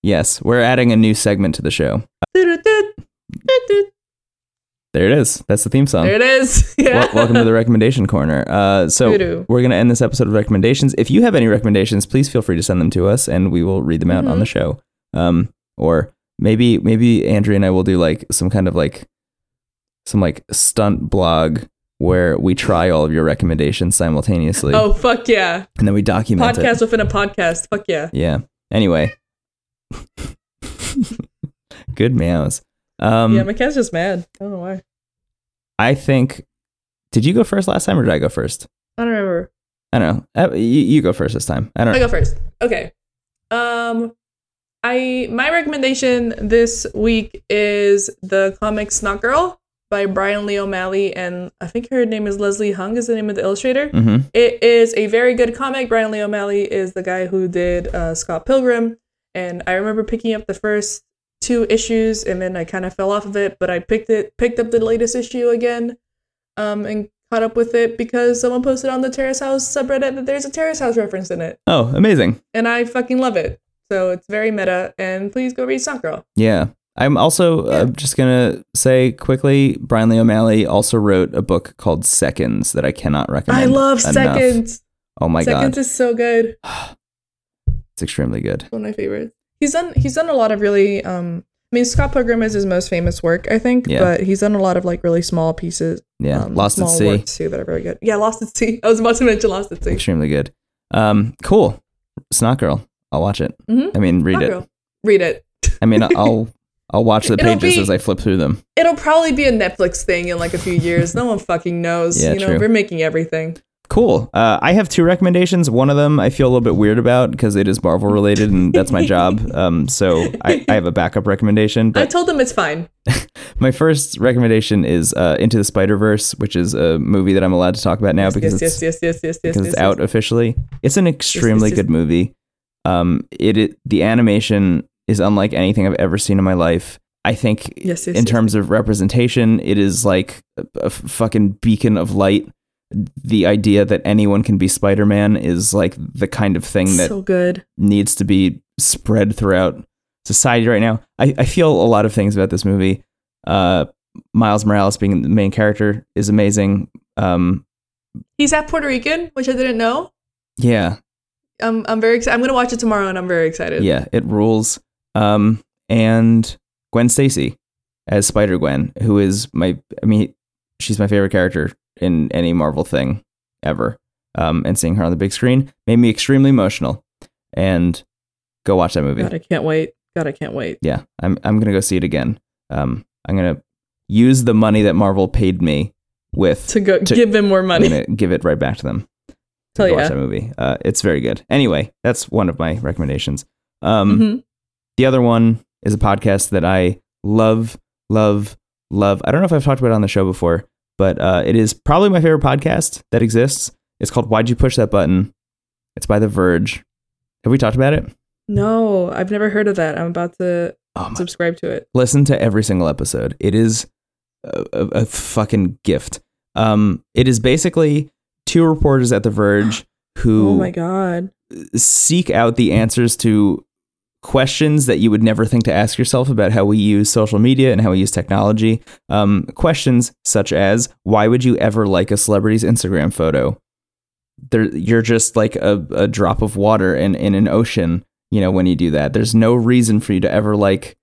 [SPEAKER 1] yes, we're adding a new segment to the show. There it is. That's the theme song.
[SPEAKER 2] There it is. Yeah.
[SPEAKER 1] um, Wel- welcome to the recommendation corner. Uh, so
[SPEAKER 2] Doo-doo.
[SPEAKER 1] we're going to end this episode of recommendations. If you
[SPEAKER 2] Mm-hmm.
[SPEAKER 1] have any recommendations, please feel free to send them to us, and we will read them out on
[SPEAKER 2] Mhm.
[SPEAKER 1] the show. Um, or Maybe maybe Andrea and I will do like some kind of like some like stunt blog where we try all of your recommendations simultaneously
[SPEAKER 2] Oh fuck yeah!
[SPEAKER 1] and then we document it.
[SPEAKER 2] Podcast within a podcast. Fuck yeah!
[SPEAKER 1] Yeah. Anyway. Good meows. Um
[SPEAKER 2] yeah, my cat's just mad. I don't know why.
[SPEAKER 1] I think did you go first last time or did I go first?
[SPEAKER 2] I don't remember.
[SPEAKER 1] I don't know. Uh, You, you go first this time. I don't
[SPEAKER 2] I go first. Okay. Um, I my recommendation this week is the comic Snot Girl by Brian Lee O'Malley, and I think her name is Leslie Hung. Is the name of the illustrator?
[SPEAKER 1] hmm
[SPEAKER 2] It is a very good comic. Brian Lee O'Malley is the guy who did uh, Scott Pilgrim, and I remember picking up the first two issues, and then I kind of fell off of it. But I picked it, picked up the latest issue again, um, and caught up with it because someone posted on the Terrace House subreddit that there's a Terrace House reference in it,
[SPEAKER 1] Oh, amazing.
[SPEAKER 2] and I fucking love it. So it's very meta, and please go read Stunt Girl.
[SPEAKER 1] Yeah. I'm also uh, just going to say quickly Brian Lee O'Malley also wrote a book called Seconds that I cannot recommend.
[SPEAKER 2] I love
[SPEAKER 1] enough.
[SPEAKER 2] Seconds.
[SPEAKER 1] Oh my
[SPEAKER 2] Seconds
[SPEAKER 1] God.
[SPEAKER 2] is so good.
[SPEAKER 1] It's extremely good.
[SPEAKER 2] one of my favorites. He's done he's done a lot of really um I mean Scott Pilgrim is his most famous work, I think,
[SPEAKER 1] Yeah.
[SPEAKER 2] but he's done a lot of like really small pieces.
[SPEAKER 1] Yeah.
[SPEAKER 2] um,
[SPEAKER 1] Lost at
[SPEAKER 2] small
[SPEAKER 1] Sea.
[SPEAKER 2] works too that are very good. Yeah, Lost at Sea. I was about to mention Lost at Sea.
[SPEAKER 1] Extremely good. Um, cool. Snot Girl. I'll watch it.
[SPEAKER 2] Mhm.
[SPEAKER 1] I mean, read
[SPEAKER 2] Hot
[SPEAKER 1] it.
[SPEAKER 2] girl. Read it.
[SPEAKER 1] I mean, I'll I'll watch the
[SPEAKER 2] It'll
[SPEAKER 1] pages
[SPEAKER 2] be-
[SPEAKER 1] as I flip through them.
[SPEAKER 2] It'll probably be a Netflix thing in like a few years. No one fucking knows.
[SPEAKER 1] Yeah,
[SPEAKER 2] you know,
[SPEAKER 1] true.
[SPEAKER 2] we're making everything.
[SPEAKER 1] Cool. Uh, I have two recommendations. One of them I feel a little bit weird about because it is Marvel related and that's my job. Um, so I, I have a backup recommendation.
[SPEAKER 2] I
[SPEAKER 1] But
[SPEAKER 2] told them it's fine.
[SPEAKER 1] my first recommendation is uh, Into the Spider Verse, which is a movie that I'm allowed to talk about now because
[SPEAKER 2] Yes,
[SPEAKER 1] it's
[SPEAKER 2] yes, yes, yes, yes, yes,
[SPEAKER 1] because
[SPEAKER 2] yes.
[SPEAKER 1] it's out officially. It's an extremely
[SPEAKER 2] yes.
[SPEAKER 1] good movie. Um, it, it the animation is unlike anything I've ever seen in my life. I think
[SPEAKER 2] Yes, yes,
[SPEAKER 1] in
[SPEAKER 2] yes.
[SPEAKER 1] terms of representation, it is like a, a f- fucking beacon of light. The idea that anyone can be Spider Man is like the kind of thing that
[SPEAKER 2] so good.
[SPEAKER 1] needs to be spread throughout society right now. I, I feel a lot of things about this movie. Uh, Miles Morales being the main character is amazing. Um,
[SPEAKER 2] He's at Puerto Rican, which I didn't know.
[SPEAKER 1] yeah,
[SPEAKER 2] Um, I'm very excited. I'm gonna watch it tomorrow, and I'm very excited.
[SPEAKER 1] Yeah, it rules. Um, and Gwen Stacy as Spider Gwen, who is my, I mean, she's my favorite character in any Marvel thing ever. Um, and seeing her on the big screen made me extremely emotional. And go watch that movie.
[SPEAKER 2] God, I can't wait. God, I can't wait.
[SPEAKER 1] Yeah, I'm I'm gonna go see it again. Um, I'm gonna use the money that Marvel paid me with
[SPEAKER 2] to go
[SPEAKER 1] to-
[SPEAKER 2] give them more
[SPEAKER 1] I'm
[SPEAKER 2] money.
[SPEAKER 1] gonna give it right back to them. To go
[SPEAKER 2] Hell yeah.
[SPEAKER 1] watch that movie. Uh, it's very good. Anyway, that's one of my recommendations. Um,
[SPEAKER 2] Mhm.
[SPEAKER 1] The other one is a podcast that I love, love, love. I don't know if I've talked about it on the show before, but uh, it is probably my favorite podcast that exists. It's called Why'd You Push That Button? It's by The Verge. Have we talked about it?
[SPEAKER 2] No, I've never heard of that. I'm about to
[SPEAKER 1] Oh my
[SPEAKER 2] subscribe to it.
[SPEAKER 1] listen to every single episode. It is a, a, a fucking gift. Um, it is basically two reporters at The Verge
[SPEAKER 2] Oh
[SPEAKER 1] who
[SPEAKER 2] my god.
[SPEAKER 1] seek out the answers to questions that you would never think to ask yourself about how we use social media and how we use technology. Um, questions such as why would you ever like a celebrity's Instagram photo? There, you're just like a, a drop of water in, in an ocean, you know, when you do that. There's no reason for you to ever like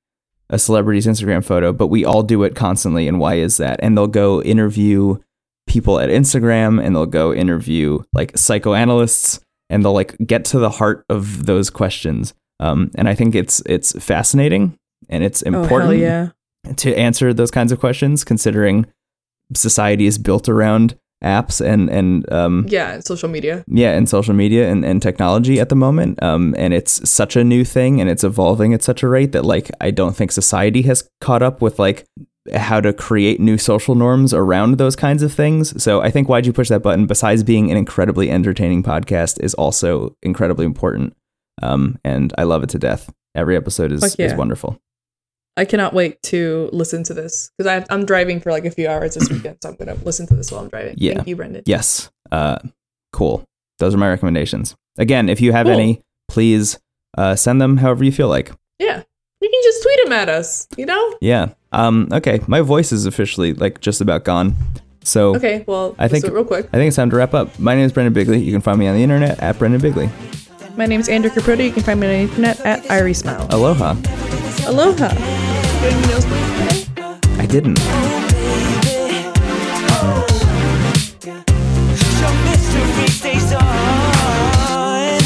[SPEAKER 1] a celebrity's Instagram photo, but we all do it constantly. And why is that? And they'll go interview people at Instagram and they'll go interview like psychoanalysts and they'll like get to the heart of those questions. Um, and I think it's it's fascinating and it's important
[SPEAKER 2] Oh hell yeah.
[SPEAKER 1] to answer those kinds of questions, considering society is built around apps and and um,
[SPEAKER 2] Yeah, social media.
[SPEAKER 1] yeah, and social media and, and technology at the moment. Um, and it's such a new thing and it's evolving at such a rate that like I don't think society has caught up with like how to create new social norms around those kinds of things. So I think Why'd You Push That Button, besides being an incredibly entertaining podcast, is also incredibly important. Um, and I love it to death. Every episode is,
[SPEAKER 2] Fuck yeah.
[SPEAKER 1] is wonderful.
[SPEAKER 2] I cannot wait to listen to this because I'm driving for like a few hours this weekend, so I'm gonna listen to this while I'm driving.
[SPEAKER 1] Yeah.
[SPEAKER 2] Thank you, Brendan.
[SPEAKER 1] Yes. Uh, cool. Those are my recommendations. Again, if you have
[SPEAKER 2] Cool.
[SPEAKER 1] any, please uh, send them however you feel like.
[SPEAKER 2] Yeah. You can just tweet him at us. You know.
[SPEAKER 1] Yeah. Um. Okay. My voice is officially like just about gone. So
[SPEAKER 2] Okay. Well,
[SPEAKER 1] I
[SPEAKER 2] let's
[SPEAKER 1] think-
[SPEAKER 2] do it real quick.
[SPEAKER 1] I think it's time to wrap up. My name is Brendan Bigley. You can find me on the internet at Brendan Bigley.
[SPEAKER 2] My name is Andrew Caprota. You can find me on the internet at Irie Smile.
[SPEAKER 1] Aloha.
[SPEAKER 3] Everything is
[SPEAKER 2] Aloha.
[SPEAKER 1] I didn't.
[SPEAKER 3] Your mystery stays on.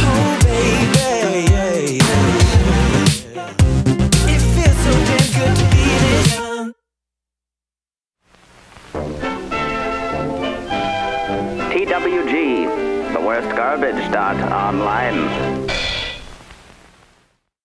[SPEAKER 3] Oh, baby. It feels so damn good to be this young.
[SPEAKER 4] TWG, the worst garbage dot online.